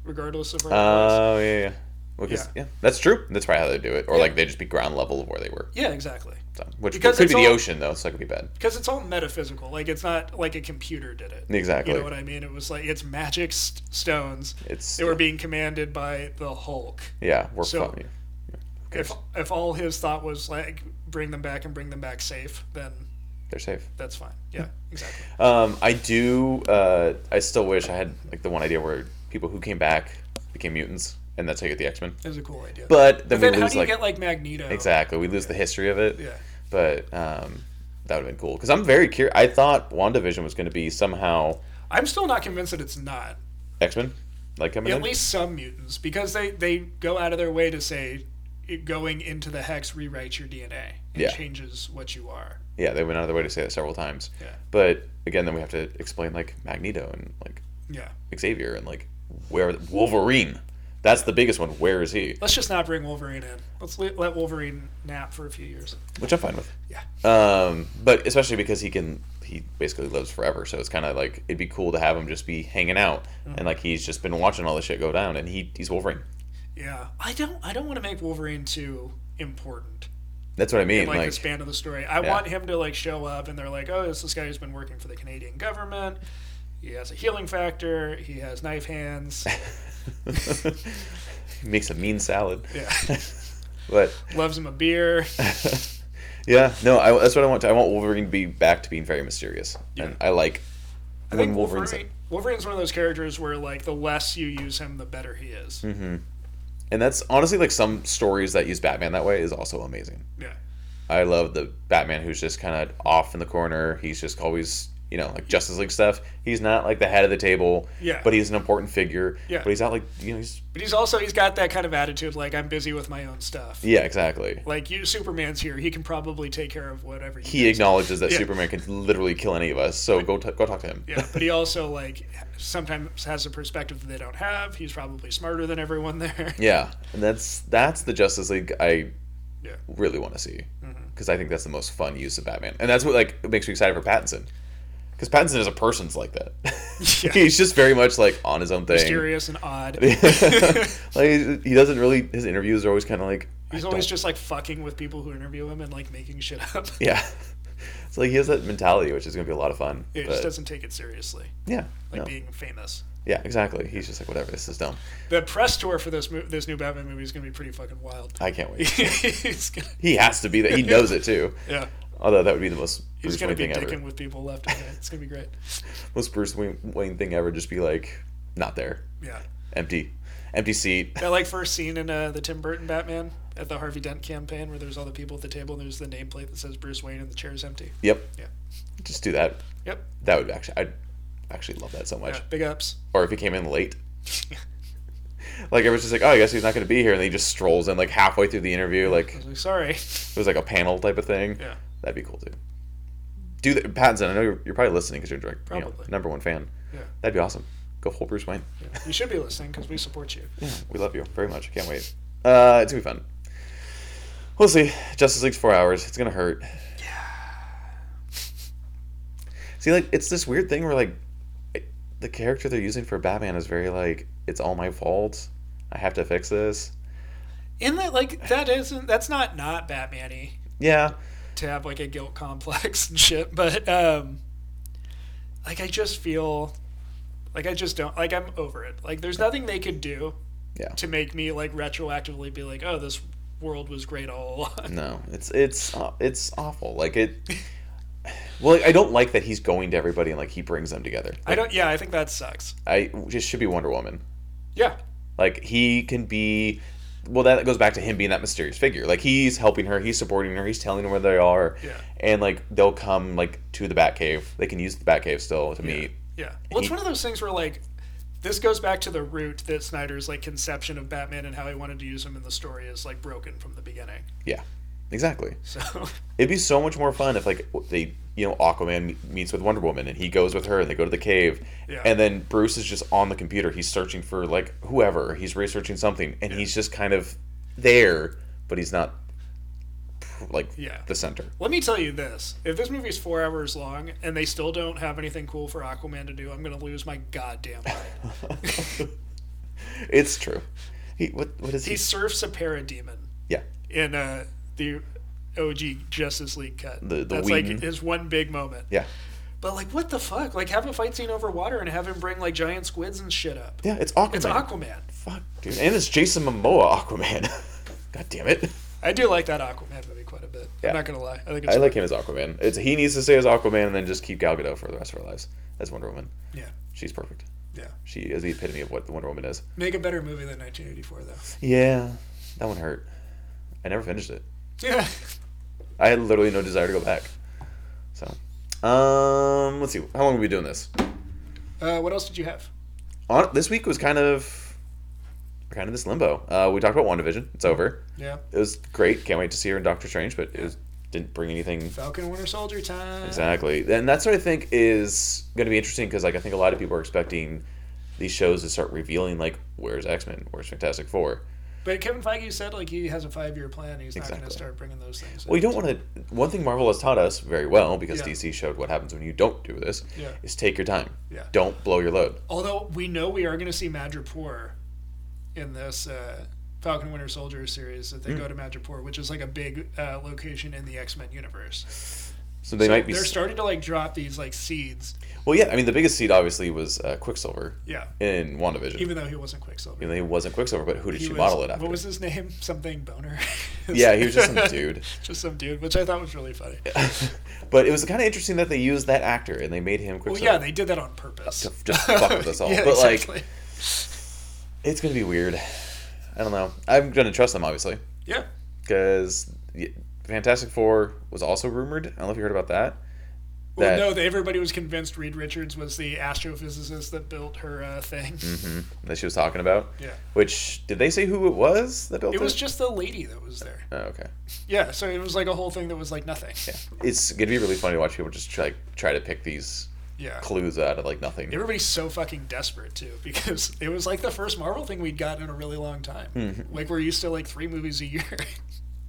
regardless of where it was
Oh, yeah, yeah. Well, 'cause- yeah.
Yeah.
that's true. That's probably how they do it. Or, like, they just be ground level of where they were.
yeah exactly
So, which
Because
could be
it's
the
all-
ocean, though, so that could be bad.
because it's all metaphysical like it's not like a computer did it
Exactly.
You know what I mean? It was like it's magic st- stones.
It's-
they were being commanded by the Hulk.
yeah, we're
So-
fine.
If if all his thought was like bring them back and bring them back safe, then
They're safe.
that's
*laughs*
fine. Yeah, exactly.
Um, I do. Uh, I still wish I had like the one idea where people who came back became mutants, and that's how you get the X Men.
It was a cool idea.
But then
But then
we
how
lose
do you
like
get like Magneto?
exactly we lose the history of it.
Yeah.
But um, that would have been cool because I'm very curious. I thought WandaVision was going to be somehow
I'm still not convinced that it's not.
X Men, like coming
At
in.
least some mutants, because they they go out of their way to say, it- going into the hex rewrites your DNA. It
Yeah.
changes what you are.
yeah, they went out of their way to say that several times.
Yeah.
But again, then we have to explain like Magneto and like
Yeah.
Xavier and like where Wolverine. That's the biggest one. Where is he?
Let's just not bring Wolverine in. Let's le- let Wolverine nap for a few years.
Which I'm fine with.
Yeah.
Um, but especially because he can, he basically lives forever. So it's kind of like it'd be cool to have him just be hanging out
Mm-hmm.
and like he's just been watching all this shit go down and he he's Wolverine.
Yeah. I don't I don't want to make Wolverine too important.
That's what I mean.
like, the
Like,
span of the story. I
Yeah.
want him to like show up and they're like, oh, it's this guy who's been working for the Canadian government. He has a healing factor. He has knife
*laughs*
hands.
he *laughs* makes a mean salad.
Yeah.
*laughs* But
Loves him
*laughs*
a beer.
yeah, no, I, that's what I want. To, I want Wolverine to be back to being very mysterious, and I like
I
when
think
Wolverine's
Wolverine, Wolverine's one of those characters where like the less you use him, the better he is.
Mm-hmm. and that's honestly like some stories that use Batman that way is also amazing.
Yeah.
I love the Batman who's just kind of off in the corner. He's just always, you know, like Justice League stuff. He's not like the head of the table,
Yeah.
but he's an important figure.
Yeah.
But he's not like, you know, he's
But he's also he's got that kind of attitude like I'm busy with my own stuff.
yeah, exactly.
Like you Superman's here, he can probably take care of whatever you
He acknowledges that
Yeah.
Superman can literally kill any of us, so go t- go talk to him.
Yeah, but he also like sometimes has a perspective that they don't have. He's probably smarter than everyone there.
*laughs* Yeah, and that's that's the Justice League I
*laughs* Yeah.
really want to see
Mm-hmm.
because I think that's the most fun use of Batman, and that's what like makes me excited for Pattinson because Pattinson as a person's like that. *laughs*
Yeah.
he's just very much like on his own thing.
*laughs* Mysterious and odd.
*laughs* like he he doesn't really. His interviews are always kind of like I
He's always
don't-
just like fucking with people who interview him and like making shit up. *laughs*
yeah. *laughs* It's like he has that mentality, which is gonna be a lot of fun.
It
but-
just doesn't take it seriously,
yeah,
like
no.
being famous.
yeah, exactly. He's just like whatever. This is dumb.
The press tour for this mo- this new Batman movie is gonna be pretty fucking wild.
I can't wait.
*laughs* he's gonna,
he has to be that. He knows it
*laughs*
too.
yeah,
Although that would be the most
he's
Bruce
gonna
Wayne
be
thing
dicking
ever.
with people left and right. It's gonna be *laughs* great.
Most Bruce Wayne, Wayne thing ever. Just be like, not there,
Yeah,
empty, empty seat.
that like first scene in uh, the Tim Burton Batman at the Harvey Dent campaign where there's all the people at the table and there's the nameplate that says Bruce Wayne and the chair's empty.
Yep.
Yeah.
Just do that.
Yep.
That would actually. I'd actually love that so much.
Yeah, big ups.
Or if he came in
*laughs*
late. Like everyone's just like, oh, I guess he's not going to be here, and then he just strolls in like halfway through the interview, like
I was like, sorry. *laughs*
It was like a panel type of thing.
Yeah.
That'd be cool too. Do the Pattinson. I know you're, you're probably listening because you're like you know,
Probably.
number one fan.
Yeah.
That'd be awesome. Go full Bruce Wayne.
Yeah. You should be listening because we support you.
We love you very much. Can't wait. Uh, it's gonna be fun. We'll see. Justice League's four hours. It's gonna hurt. Yeah. See, like it's this weird thing where like it, the character they're using for Batman is very like it's all my fault. I have to fix this.
In that, like, that isn't that's not not Batman-y
Yeah.
to have like a guilt complex *laughs* and shit, but um, like I just feel like I just don't like I'm over it. Like, there's nothing they could do
Yeah.
to make me like retroactively be like, oh, this world was great all
*laughs*
along.
No, it's it's uh, it's awful. Like it. Well, I don't like that he's going to everybody and like he brings them together.
I don't. Yeah, I think that sucks.
I just should be Wonder Woman.
Yeah,
Like he can be. Well, that goes back to him being that mysterious figure. Like he's helping her, he's supporting her, he's telling her where they are,
Yeah.
and like they'll come like to the Batcave. They can use the Batcave still to meet.
yeah. Well, it's one of those things where like. This goes back to the root that Snyder's like conception of Batman and how he wanted to use him in the story is like broken from the beginning.
Yeah, exactly.
So *laughs*
It'd be so much more fun if like they you know Aquaman me- meets with Wonder Woman and he goes with her and they go to the cave
Yeah.
and then Bruce is just on the computer he's searching for like whoever he's researching something and he's just kind of there but he's not like
Yeah.
the center
Let me tell you this: if this movie's four hours long and they still don't have anything cool for Aquaman to do, I'm gonna lose my goddamn mind.
it's true he what what is he *laughs*
he surfs a parademon
yeah
in uh, the OG Justice League cut.
The- the
That's
Whedon.
like his one big moment.
yeah
But like, what the fuck? Like, have a fight scene over water and have him bring like giant squids and shit up.
yeah it's Aquaman
It's Aquaman.
fuck dude and it's Jason Momoa Aquaman *laughs* god damn it
I do like that Aquaman movie quite a bit.
Yeah.
I'm not gonna lie. I think it's
I like him as Aquaman it's he needs to stay as Aquaman and then just keep Gal Gadot for the rest of our lives as Wonder Woman
yeah.
she's perfect
Yeah.
She is the epitome of what the Wonder Woman is.
Make a better movie than 1984, though. *laughs*
Yeah, that one hurt. I never finished it.
Yeah.
I had literally no desire to go back. So, um, let's see. How long have we been doing this?
Uh, what else did you have?
On this week was kind of, kind of this limbo. Uh, we talked about WandaVision. It's over.
Yeah.
It was great. Can't wait to see her in Doctor Strange, but it was, didn't bring anything
Falcon Winter Soldier time.
Exactly. And that's what I think is going to be interesting because like I think a lot of people are expecting these shows to start revealing like where's X Men, where's Fantastic Four.
But Kevin Feige said like he has a five year plan. He's not going
Exactly.
to start bringing those things.
Well, you
in.
don't want to. One thing Marvel has taught us very well because
Yeah.
DC showed what happens when you don't do this
Yeah.
is take your time.
Yeah.
Don't blow your load.
Although we know we are going to see Madripoor in this uh, Falcon Winter Soldier series that
Hmm.
they go to Madripoor, which is like a big uh, location in the X Men universe.
So they
So
might be.
They're starting to like drop these like seeds.
well, yeah. I mean, the biggest seed obviously was uh, Quicksilver
Yeah.
in WandaVision.
Even though he wasn't Quicksilver.
you know, he wasn't Quicksilver, but who did
He
she
was-
model it after?
What was his name? *laughs* Something boner.
yeah, he was just some dude.
*laughs* just some dude, which I thought was really funny.
*laughs* but it was kind of interesting that they used that actor and they made him
Well,
Quicksilver.
yeah, they did that on
*laughs*
purpose.
to just fuck with us all.
*laughs* Yeah,
But, like,
exactly.
It's gonna be weird. I don't know. I'm gonna trust them obviously
yeah,
because Fantastic Four was also rumored. I don't know if you heard about that.
well,
That
no, they- everybody was convinced Reed Richards was the astrophysicist that built her uh, thing.
Mm-hmm. that she was talking about.
Yeah.
Which did they say who it was that built it?
It was just the lady that was there.
oh, okay.
Yeah, so it was like a whole thing that was like nothing. Yeah.
It's gonna be really funny to watch people just try try to pick these clues out of like nothing.
Everybody's so fucking desperate too *laughs* because it was like the first Marvel thing we'd gotten in a really long time.
Mm-hmm.
Like we're used to like three movies a year. *laughs*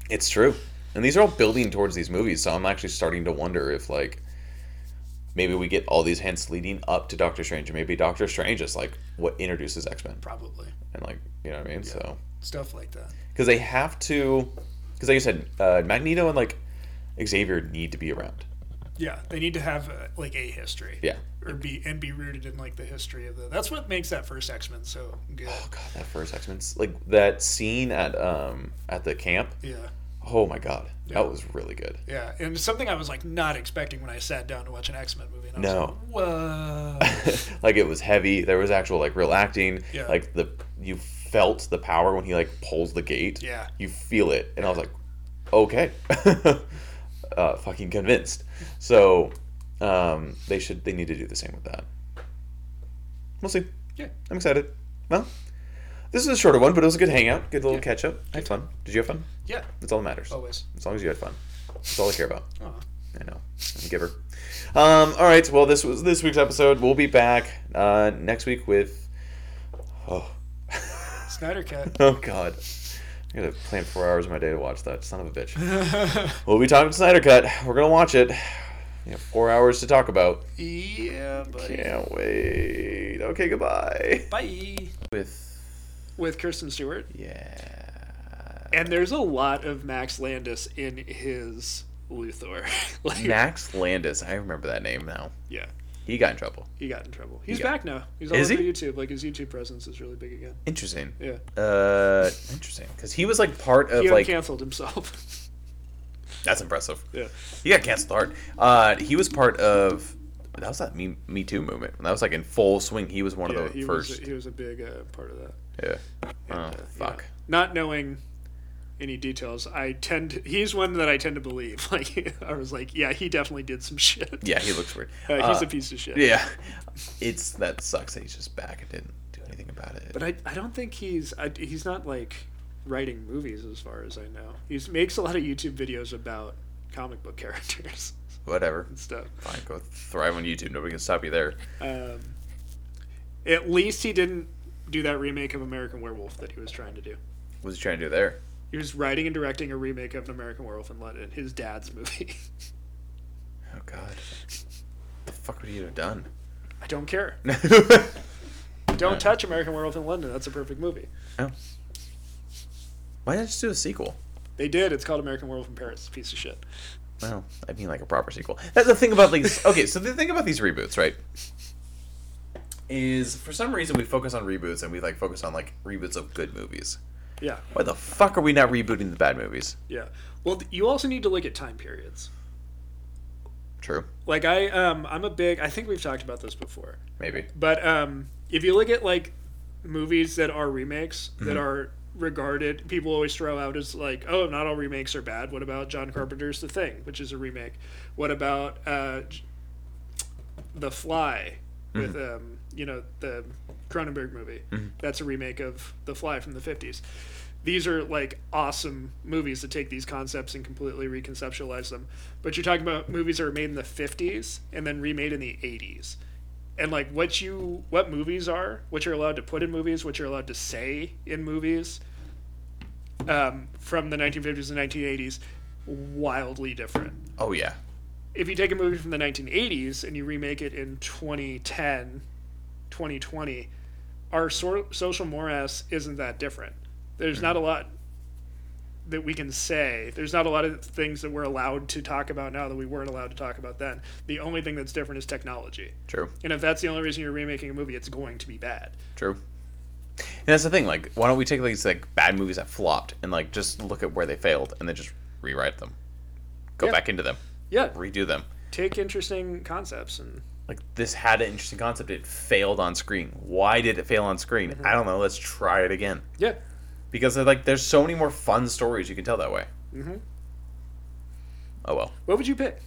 It's true. And these are all building towards these movies, so I'm actually starting to wonder if like maybe we get all these hints leading up to Doctor Strange, and maybe Doctor Strange is like what introduces X Men,
Probably.
and like you know what I mean. So.
Stuff like that.
because they have to because like you said uh, magneto and like xavier need to be around
Yeah, they need to have uh, like a history.
yeah
Or be and be rooted in like the history of the. That's what makes that first X Men so
*sighs*
good.
oh god that first x-men's like that scene at um at the camp
Yeah,
oh my god
Yeah.
that was really good
yeah, and something I was like not expecting when I sat down to watch an X Men movie. And I
No.
Was like, Whoa.
*laughs* like it was heavy there was actual like real acting
Yeah.
like the you felt the power when he like pulls the gate
Yeah.
you feel it and i was like okay *laughs* uh, fucking convinced so um they should they need to do the same with that we'll see
yeah.
I'm excited. Well, this is a shorter one, but it was a good hangout, good little
Yeah. Oh.
catch up. I had fun. Did you have fun?
Yeah.
That's all that matters.
Always.
As long as you had fun, that's all I care about.
Aw.
I know, I'm a giver. Um, all right. Well, this was this week's episode. We'll be back uh, next week with. Oh, *laughs*
Snyder Cut. *laughs*
oh God. I gotta plan four hours of my day to watch that son of a bitch. we'll be talking Snyder Cut. We're gonna watch it. You have four hours to talk about.
yeah, buddy.
Can't wait. Okay, goodbye.
Bye.
With
With Kirsten Stewart.
yeah.
And there's a lot of Max Landis in his Luthor. *laughs* like,
Max Landis. I remember that name now.
yeah,
He got in trouble.
he got in trouble. He's
got-
back now. He's all
Is
over
he?
YouTube. Like his YouTube presence is really big again.
Interesting.
Yeah.
Uh, interesting. Because he was like part of
He
like
canceled himself. *laughs*
that's impressive.
yeah.
He got canceled hard. Uh, he was part of that was that Me, Me Too movement. That was like in full swing. He was one
Yeah,
of the
he
first.
was a, he was a big uh, part of that.
yeah.
And,
oh
uh, yeah.
fuck.
Not knowing any details, I tend to, he's one that I tend to believe. *laughs* Like I was like, yeah, he definitely did some shit.
Yeah. he looks weird.
*laughs* Uh, he's
Uh,
a piece of shit.
yeah. It's that sucks. that He's just back and didn't do anything about it.
But uh, I, I don't think he's I, he's not like writing movies as far as I know. He makes a lot of YouTube videos about comic book *laughs* characters
Whatever.
and stuff.
Fine. Go thrive on YouTube. Nobody can stop you there.
Um, at least he didn't do that remake of American Werewolf that he was trying to do.
What's he trying to do there?
He was writing and directing a remake of an American Werewolf in London, his dad's movie. *laughs*
Oh god. The fuck would he have done? *laughs*
I don't care. Don't touch American Werewolf in London. That's a perfect movie.
Oh. Why not just do a sequel?
They did. It's called American Werewolf in Paris. Piece of shit.
Well, I mean like a proper sequel. That's the thing about these. Okay, so the thing about these reboots, right? Is for some reason we focus on reboots and we like focus on like reboots of good movies.
Yeah,
Why the fuck are we not rebooting the bad movies?
yeah. Well, th- you also need to look at time periods.
True,
Like I, um, I'm a big. I think we've talked about this before,
maybe.
but um, if you look at like movies that are remakes that are regarded people always throw out as like oh not all remakes are bad what about john carpenter's the thing which is a remake what about uh J- the fly with um you know the cronenberg movie that's a remake of the fly from the 50s these are like awesome movies that take these concepts and completely reconceptualize them but you're talking about movies that were made in the 50s and then remade in the 80s and like what you what movies are what you're allowed to put in movies what you're allowed to say in movies um, from the 1950s and 1980s wildly different
Oh yeah.
if you take a movie from the 1980s and you remake it in 2010 2020 our sor- social morass isn't that different there's not a lot that we can say there's not a lot of things that we're allowed to talk about now that we weren't allowed to talk about then the only thing that's different is technology
True.
and if that's the only reason you're remaking a movie, it's going to be bad.
True. And that's the thing. Like, why don't we take these like bad movies that flopped and like just look at where they failed and then just rewrite them, go
Yeah.
back into them,
Yeah,
redo them.
take interesting concepts and
Like this had an interesting concept. It failed on screen. Why did it fail on screen? I don't know. Let's try it again.
yeah,
Because like, there's so many more fun stories you can tell that way.
Mhm.
Oh well.
what would you pick?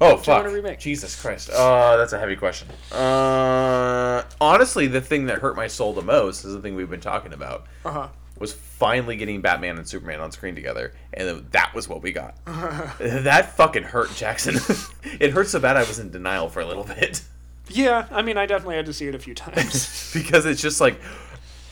Oh
you want
fuck!
to remake?
Jesus Christ! Uh, that's a heavy question. Uh, honestly, the thing that hurt my soul the most is the thing we've been talking about
Uh huh.
was finally getting Batman and Superman on screen together, and then that was what we
*laughs*
got. that fucking hurt, Jackson. *laughs* it hurt so bad I was in denial for a little bit
Yeah, I mean, I definitely had to see it a
*laughs*
few times.
because it's just like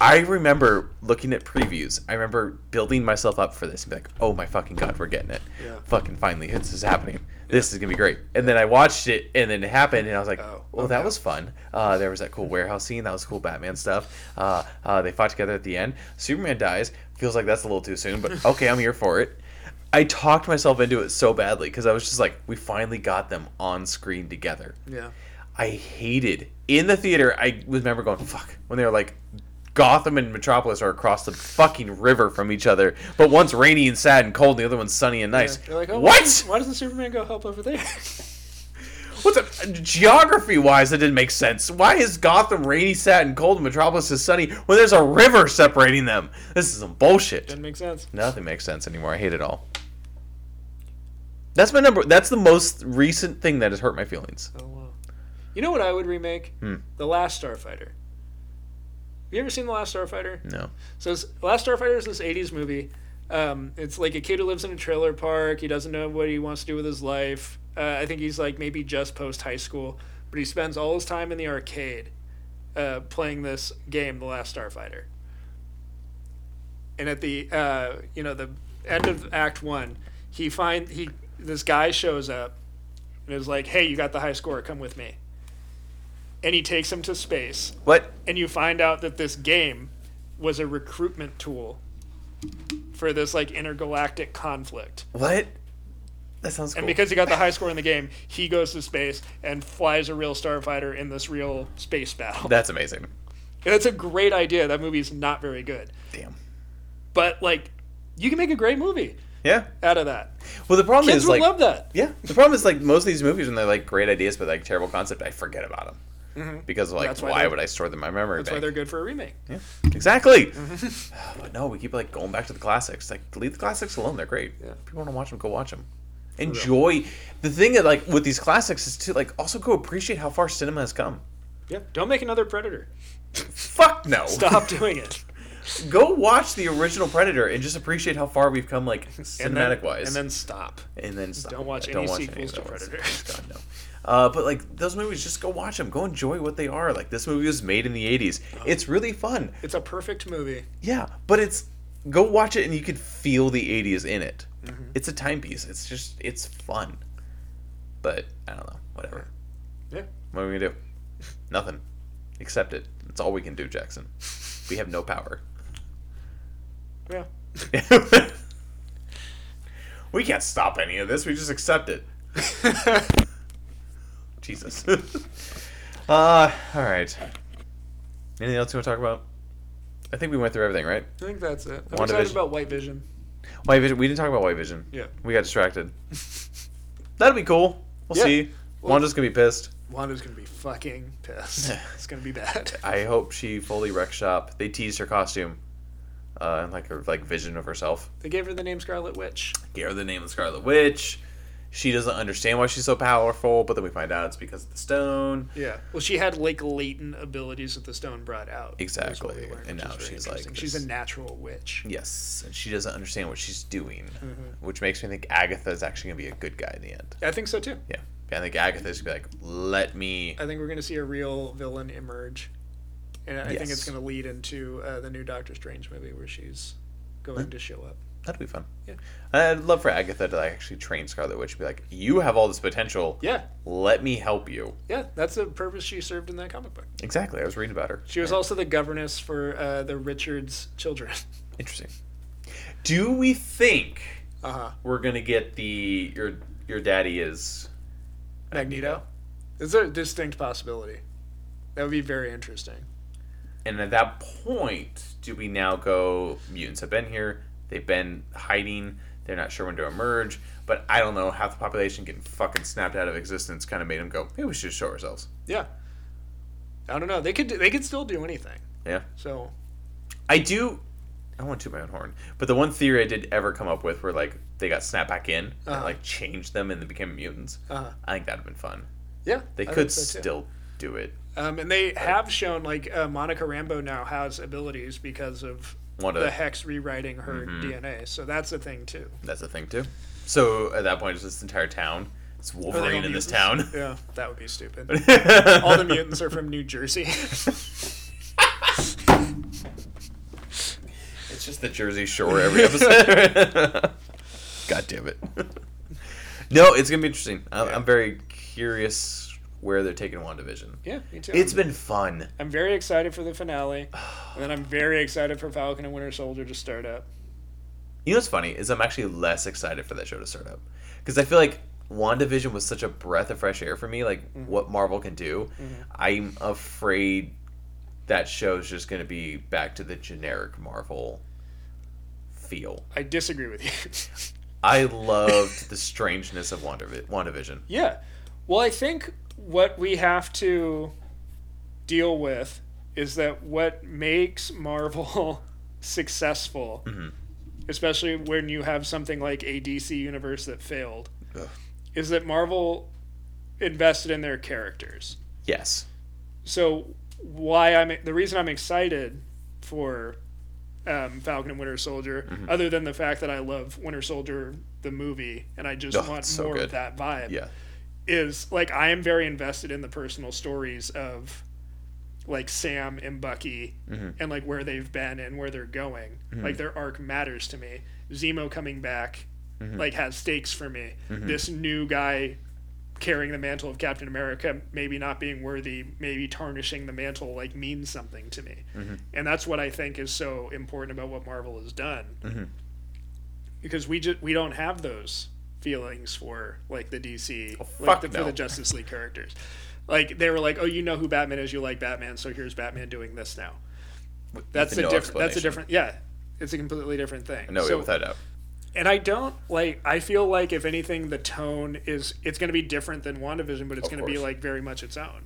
I remember looking at previews. I remember building myself up for this and be like, "Oh my fucking god, we're getting it!
Yeah.
Fucking finally, this is happening. This is gonna be great." And then I watched it, and then it happened, and I was like,
Oh,
"Oh, that was fun. Uh, there was that cool warehouse scene. That was cool Batman stuff. Uh, uh, they fought together at the end. Superman dies. Feels like that's a little too soon,
*laughs*
but okay, I'm here for it." I talked myself into it so badly because I was just like, "We finally got them on screen together."
yeah.
I hated in the theater. I remember going fuck when they were like, Gotham and Metropolis are across the fucking river from each other, but one's rainy and sad and cold, and the other one's sunny and nice.
They're like, oh, Why
what?
doesn't, why doesn't Superman go help over there? *laughs*
What's up? Geography wise, that didn't make sense. Why is Gotham rainy, sad, and cold, and Metropolis is sunny when there's a river separating them? This is some bullshit.
Doesn't make sense.
Nothing makes sense anymore. I hate it all. That's my number. That's the most recent thing that has hurt my feelings.
Oh wow. You know what I would remake? The Last Starfighter. You ever seen The Last Starfighter?
No.
So it's- Last Starfighter is this '80s movie. Um, it's like a kid who lives in a trailer park. He doesn't know what he wants to do with his life. Uh, I think he's like maybe just post high school, but he spends all his time in the arcade uh, playing this game, The Last Starfighter. And at the uh, you know the end of Act One, he find he this guy shows up and is like, "Hey, you got the high score. Come with me." And he takes him to space,
What?
and you find out that this game was a recruitment tool for this like intergalactic conflict.
What? That sounds cool.
And because he got the high score in the game, he goes to space and flies a real starfighter in this real space battle. *laughs*
That's amazing.
And that's a great idea. That movie's not very good.
Damn.
But like you can make a great movie
Yeah.
out of that.
Well, the problem
Kids
is
would
like
love that.
yeah. The problem is like most of these movies when they're like great ideas but like terrible concept, I forget about them because like
Mm-hmm. That's why
why,
they're-
would I store them in my memory
That's why
bank?
they're good for a remake.
Yeah. *laughs* Exactly.
*laughs*
*sighs* but no, we keep like going back to the classics. Like leave the classics alone. They're great.
Yeah.
People want to watch them. Go watch them. Enjoy. The thing that like with these classics is to like also go appreciate how far cinema has come.
Yeah. Don't make another Predator.
Fuck no. *laughs*
Stop doing it.
Go watch the original Predator and just appreciate how far we've come, like
*laughs* And then-
cinematic wise.
And then stop.
and then stop.
Don't watch
Yeah,
any
of
sequels to
those.
Predator.
*laughs* God no. Uh, but like those movies, just go watch them. Go enjoy what they are. Like this movie was made in the '80s.
Oh.
It's really fun.
It's a perfect movie.
Yeah, but it's go watch it and you could feel the '80s in it.
Mm-hmm.
It's a timepiece. It's just it's fun. But I don't know. Whatever.
Yeah.
What are we gonna do? *laughs* Nothing. Accept it. That's all we can do, Jackson. We have no power.
Yeah.
*laughs* we can't stop any of this. We just accept it. *laughs* Jesus. *laughs* uh, all right. Anything else you want to talk about? I think we went through everything, right?
I think that's it. I'm
WandaVision.
excited about White Vision.
White Vision. We didn't talk about White Vision.
Yeah.
*laughs* We got distracted. That'll be cool. We'll
Yeah.
see. Wanda's gonna be pissed.
Wanda's gonna be fucking pissed. it's gonna be bad.
*laughs* I hope she fully wrecks shop. They teased her costume, uh, and like her like vision of herself.
They gave her the name Scarlet Witch.
Gave her the name of the Scarlet Witch. She doesn't understand why she's so powerful, but then we find out it's because of the stone.
Yeah. Well, she had like latent abilities that the stone brought out. is what
Exactly.
we learned,
And
which
now
is very
she's like
interesting. she's
this-
a natural witch.
Yes, and she doesn't understand what she's doing,
Mm-hmm.
which makes me think Agatha is actually gonna be a good guy in the end.
I think so too.
Yeah, I think Agatha's gonna be like, let me.
I think we're gonna see a real villain emerge, and I think it's
Yes.
gonna lead into uh, the new Doctor Strange movie where she's
Hmm.
going to show up.
That'd be fun.
Yeah.
I'd love for Agatha to like, actually train Scarlet Witch, be like, you have all this potential.
Yeah.
Let me help you.
Yeah, that's the purpose she served in that comic book.
Exactly. I was reading about her.
She was also the governess for uh, the Richards children.
Interesting. Do we think
Uh huh.
we're gonna get the your your daddy is
Magneto. It's a distinct possibility. That would be very interesting.
And at that point, do we now go? Mutants have been here. They've been hiding. They're not sure when to emerge. But I don't know. Half the population getting fucking snapped out of existence kind of made them go. Maybe we should just show ourselves.
Yeah. I don't know. They could they could still do anything.
Yeah.
So
I do. I want to toot my own horn. But the one theory I did ever come up with where like they got snapped back in and
Uh-huh.
like changed them and they became mutants.
uh,
I think that'd have been fun.
yeah,
They
I think
could
so, too.
still do it.
Um, and they have shown like uh, Monica Rambo now has abilities because of
One of
the
the,
hex rewriting her DNA. So that's a thing too.
that's a thing too. So at that point, it's this entire town. It's
Are they all
Wolverine in this
mutants?
town.
Yeah, that would be stupid. *laughs* All
*laughs*
the mutants are from New Jersey. *laughs*
It's just the Jersey Shore every episode. *laughs* God damn it. No, it's gonna be interesting. I'm, I'm very curious where they're taking WandaVision.
yeah, me too.
It's been fun.
I'm very excited for the finale, and then I'm very excited for Falcon and Winter Soldier to start up.
You know what's funny is I'm actually less excited for that show to start up because I feel like WandaVision was such a breath of fresh air for me. Like what Marvel can do, I'm afraid that show's just gonna be back to the generic Marvel feel.
I disagree with you. *laughs*
I loved the strangeness of WandaVi- WandaVision.
Yeah. Well, I think what we have to deal with is that what makes Marvel *laughs* successful,
Mm-hmm.
especially when you have something like a DC universe that failed,
Ugh.
is that Marvel invested in their characters.
Yes.
So why I'm the reason I'm excited for um, Falcon and Winter Soldier,
Mm-hmm.
other than the fact that I love Winter Soldier the movie and I just
Ugh,
want
it's so
more
good.
of that vibe
Yeah.
is like I am very invested in the personal stories of like Sam and Bucky
Mm-hmm.
and like where they've been and where they're going. Like their arc matters to me. Zemo coming back
Mm-hmm.
like has stakes for me. This new guy carrying the mantle of Captain America, maybe not being worthy, maybe tarnishing the mantle like means something to me.
Mm-hmm.
And that's what I think is so important about what Marvel has done.
Mm-hmm.
Because we just we don't have those feelings for like the DC like
Oh, fuck
the,
no.
for the Justice League characters. Like they were like, "Oh, you know who Batman is, you like Batman, so here's Batman doing this now." That's
with
a
no
different that's a
explanation.
different yeah. It's a completely different thing.
No,
So-
without a doubt.
and I don't like. I feel like if anything, the tone is it's going to be different than WandaVision, but it's
Of
going to be
course.
like very much its own.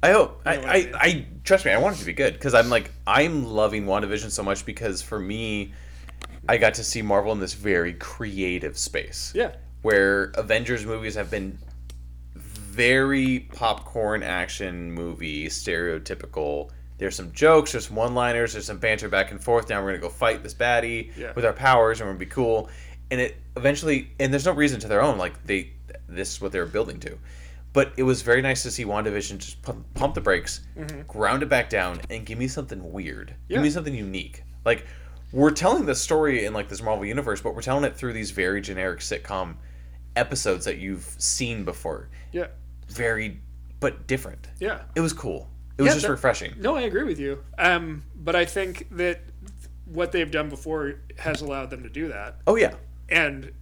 I hope. I, I,
know what I mean?
I, trust me. I want it to be good because I'm like I'm loving WandaVision so much because for me, I got to see Marvel in this very creative space.
Yeah,
Where Avengers movies have been very popcorn action movie, stereotypical. There's some jokes, there's one liners, there's some banter back and forth. Now we're gonna go fight this baddie
Yeah.
with our powers, and we're gonna be cool. And it eventually, and there's no reason to their own. Like they, this is what they were building to. But it was very nice to see WandaVision just pump, pump the brakes, ground it back down, and give me something weird. Give me
Mm-hmm. Yeah.
something unique. Like we're telling this story in like this Marvel universe, but we're telling it through these very generic sitcom episodes that you've seen before
yeah,
very but different.
yeah.
It was cool. It was
Yeah,
just
that-
refreshing.
No, I agree with you. Um, but I think that what they've done before has allowed them to do that,
Oh yeah.
and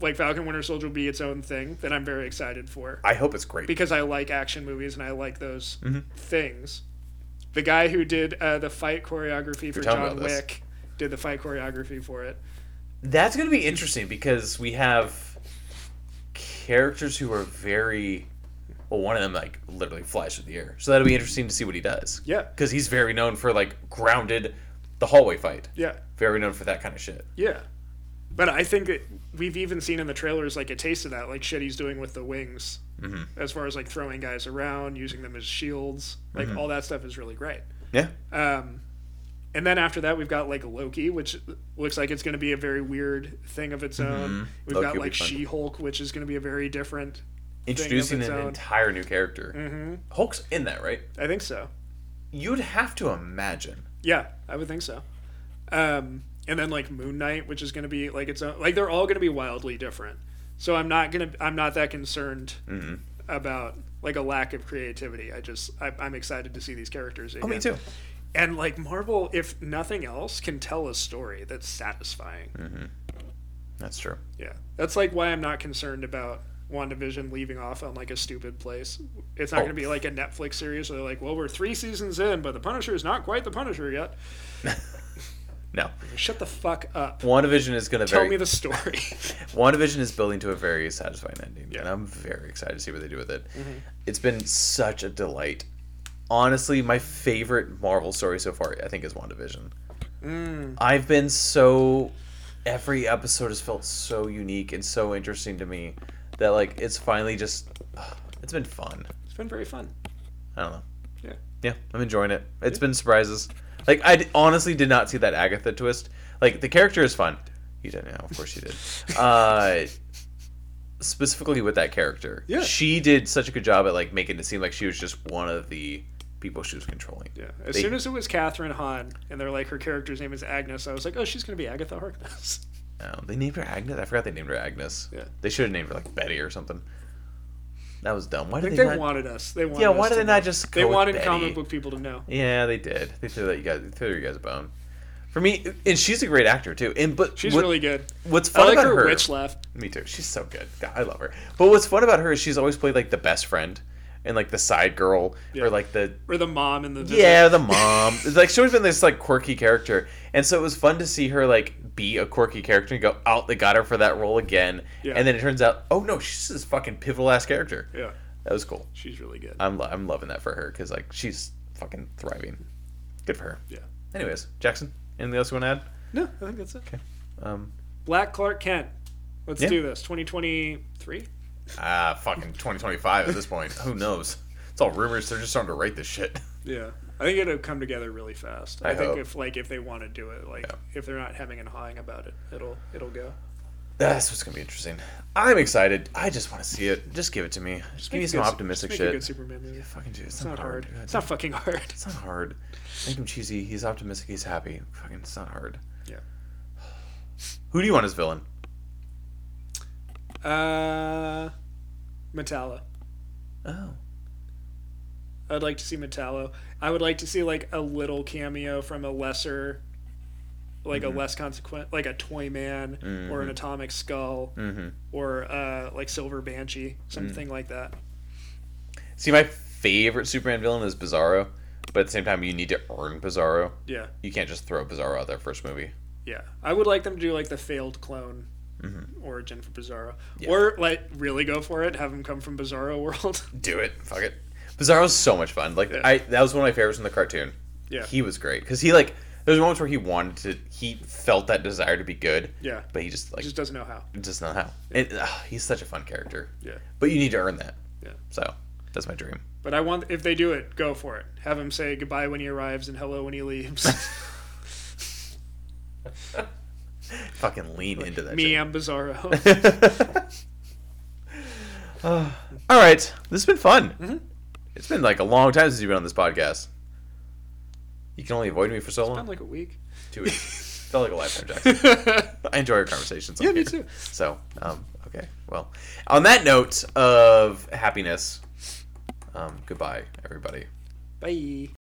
like Falcon Winter Soldier will be its own thing that I'm very excited for.
I hope it's great.
because I like action movies and I like those
Mm-hmm.
things. The guy who did uh, the fight choreography for
telling me
John
about this.
Wick did the fight choreography for it.
That's going to be interesting because we have characters who are very Well, one of them like literally flies through the air, so that'll be interesting to see what he does.
Yeah.
because he's very known for like grounded, the hallway fight.
Yeah.
Very known for that kind of shit.
Yeah. But I think that we've even seen in the trailers like a taste of that, like shit he's doing with the wings, mm-hmm. as far as like throwing guys around, using them as shields, like
Mm-hmm.
all that stuff is really great.
Yeah,
Um, and then after that, we've got like Loki, which looks like it's going to be a very weird thing of its own.
Mm-hmm.
We've
Loki
got
will
like
be fun.
She Hulk, which is going to be a very different.
introducing
its
an
own. Mm-hmm.
entire new character. Hulk's in that, right?
I think so.
You'd have to imagine.
Yeah, I would think so. Um, and then like Moon Knight, which is going to be like its own. Like they're all going to be wildly different. So I'm not gonna. I'm not that concerned about like a lack of creativity. I just I, I'm excited to see these characters. Again.
Oh, me too.
And like Marvel, if nothing else, can tell a story that's satisfying.
That's true.
Yeah, that's like why I'm not concerned about WandaVision leaving off on like a stupid place. It's not
Oh.
going to be like a Netflix series where they're like, well, we're three seasons in, but the Punisher is not quite the Punisher yet.
No,
Shut the fuck up.
WandaVision is going to
Tell
very
me the story. *laughs*
WandaVision is building to a very satisfying ending, and
Yeah.
I'm very excited to see what they do with it. It's been such a delight. Honestly, my favorite Marvel story so far, I think, is WandaVision. I've been so. Every episode has felt so unique and so interesting to me that, like, it's finally just. *sighs* It's been fun.
it's been very fun.
I don't know.
Yeah.
Yeah, I'm enjoying it. It's been surprises. Like I d- honestly did not see that Agatha twist. Like the character is fun. You didn't know, of course you did.
*laughs*
Uh, specifically with that character,
Yeah.
she did such a good job at like making it seem like she was just one of the people she was controlling.
Yeah. As
They-
soon as it was Catherine Hahn and they're like, her character's name is Agnes, I was like, oh, she's going to be Agatha Harkness. *laughs*
Um, they named her Agnes. I forgot they named her Agnes.
Yeah.
They should have named her like Betty or something. That was dumb. Why
I
did
think
they,
they,
not?
wanted us. They wanted
yeah, why
us
did
to
they not
know.
just? Go
They
with
wanted
Betty?
comic book people to know.
Yeah, they did. They threw that you guys. They threw you guys a bone. For me, and she's a great actor too. And but
She's
what-
really good.
What's fun
I like
about
her,
her?
witch laugh.
Me too. She's so good. God, I love her. But what's fun about her is she's always played like the best friend and like the side girl
Yeah.
or like the
Or the mom and the visit.
yeah the mom. It's like she's always been this like quirky character, and so it was fun to see her like be a quirky character and go out. They got her for that role again,
Yeah.
and then it turns out oh no, she's this fucking pivotal ass character.
Yeah.
That was cool.
She's really good.
I'm lo- I'm loving that for her because like she's fucking thriving. Good for her.
yeah.
Anyways, Jackson, anything else you want to add?
No, I think that's it.
Um,
Black Clark Kent. Let's
Yeah.
do this. 2023?
ah, fucking 2025 at this point. Who knows? It's all rumors. They're just starting to write this shit. *laughs*
Yeah. I think it'll come together really fast.
I
I, think
hope.
if like if they want to do it, like
Yeah.
if they're not hemming and hawing about it, it'll it'll go.
That's what's gonna be interesting. I'm excited. I just want to see it. Just give it to me. Just give me
Make a
some
good-
optimistic
just make
shit.
A good Superman movie.
Fucking dude, it's,
It's not hard.
God,
It's not fucking hard. *laughs*
It's not hard. Make him cheesy. He's optimistic. He's happy. Fucking, it's not hard.
Yeah.
Who do you want as villain?
Uh, Metallo.
Oh,
I'd like to see Metallo. I would like to see like a little cameo from a lesser, like a less consequent, like a Toy Man or an Atomic Skull
Mm-hmm.
or uh, like Silver Banshee, something like that.
see, my favorite Superman villain is Bizarro, but at the same time, you need to earn Bizarro.
Yeah,
You can't just throw Bizarro out there first movie.
yeah. I would like them to do like the failed clone origin for Bizarro,
Yeah.
or like really go for it, have him come from Bizarro *laughs* World.
Do it. Fuck it. Bizarro's so much fun. Like
Yeah.
I, that was one of my favorites in the cartoon.
Yeah.
He was great because he like there's moments where he wanted to, he felt that desire to be good.
yeah,
But he just like
just doesn't know how.
does not how. And uh, he's such a fun character.
Yeah.
But you need to earn that.
Yeah.
So that's my dream.
But I want if they do it, go for it. Have him say goodbye when he arrives and hello when he leaves.
Fucking lean into that.
Me,
shit.
I'm Bizarro.
Uh, *laughs* all right, this has been fun.
Mm-hmm.
It's been like a long time since you've been on this podcast. You can only avoid me for so
Been
long.
like a week.
Two weeks. *laughs* Felt like a lifetime,
*laughs*
Jackson.
yeah,
I enjoy our conversations. on
me
here.
too.
So, um, okay. Well, on that note of happiness, um, goodbye, everybody.
Bye.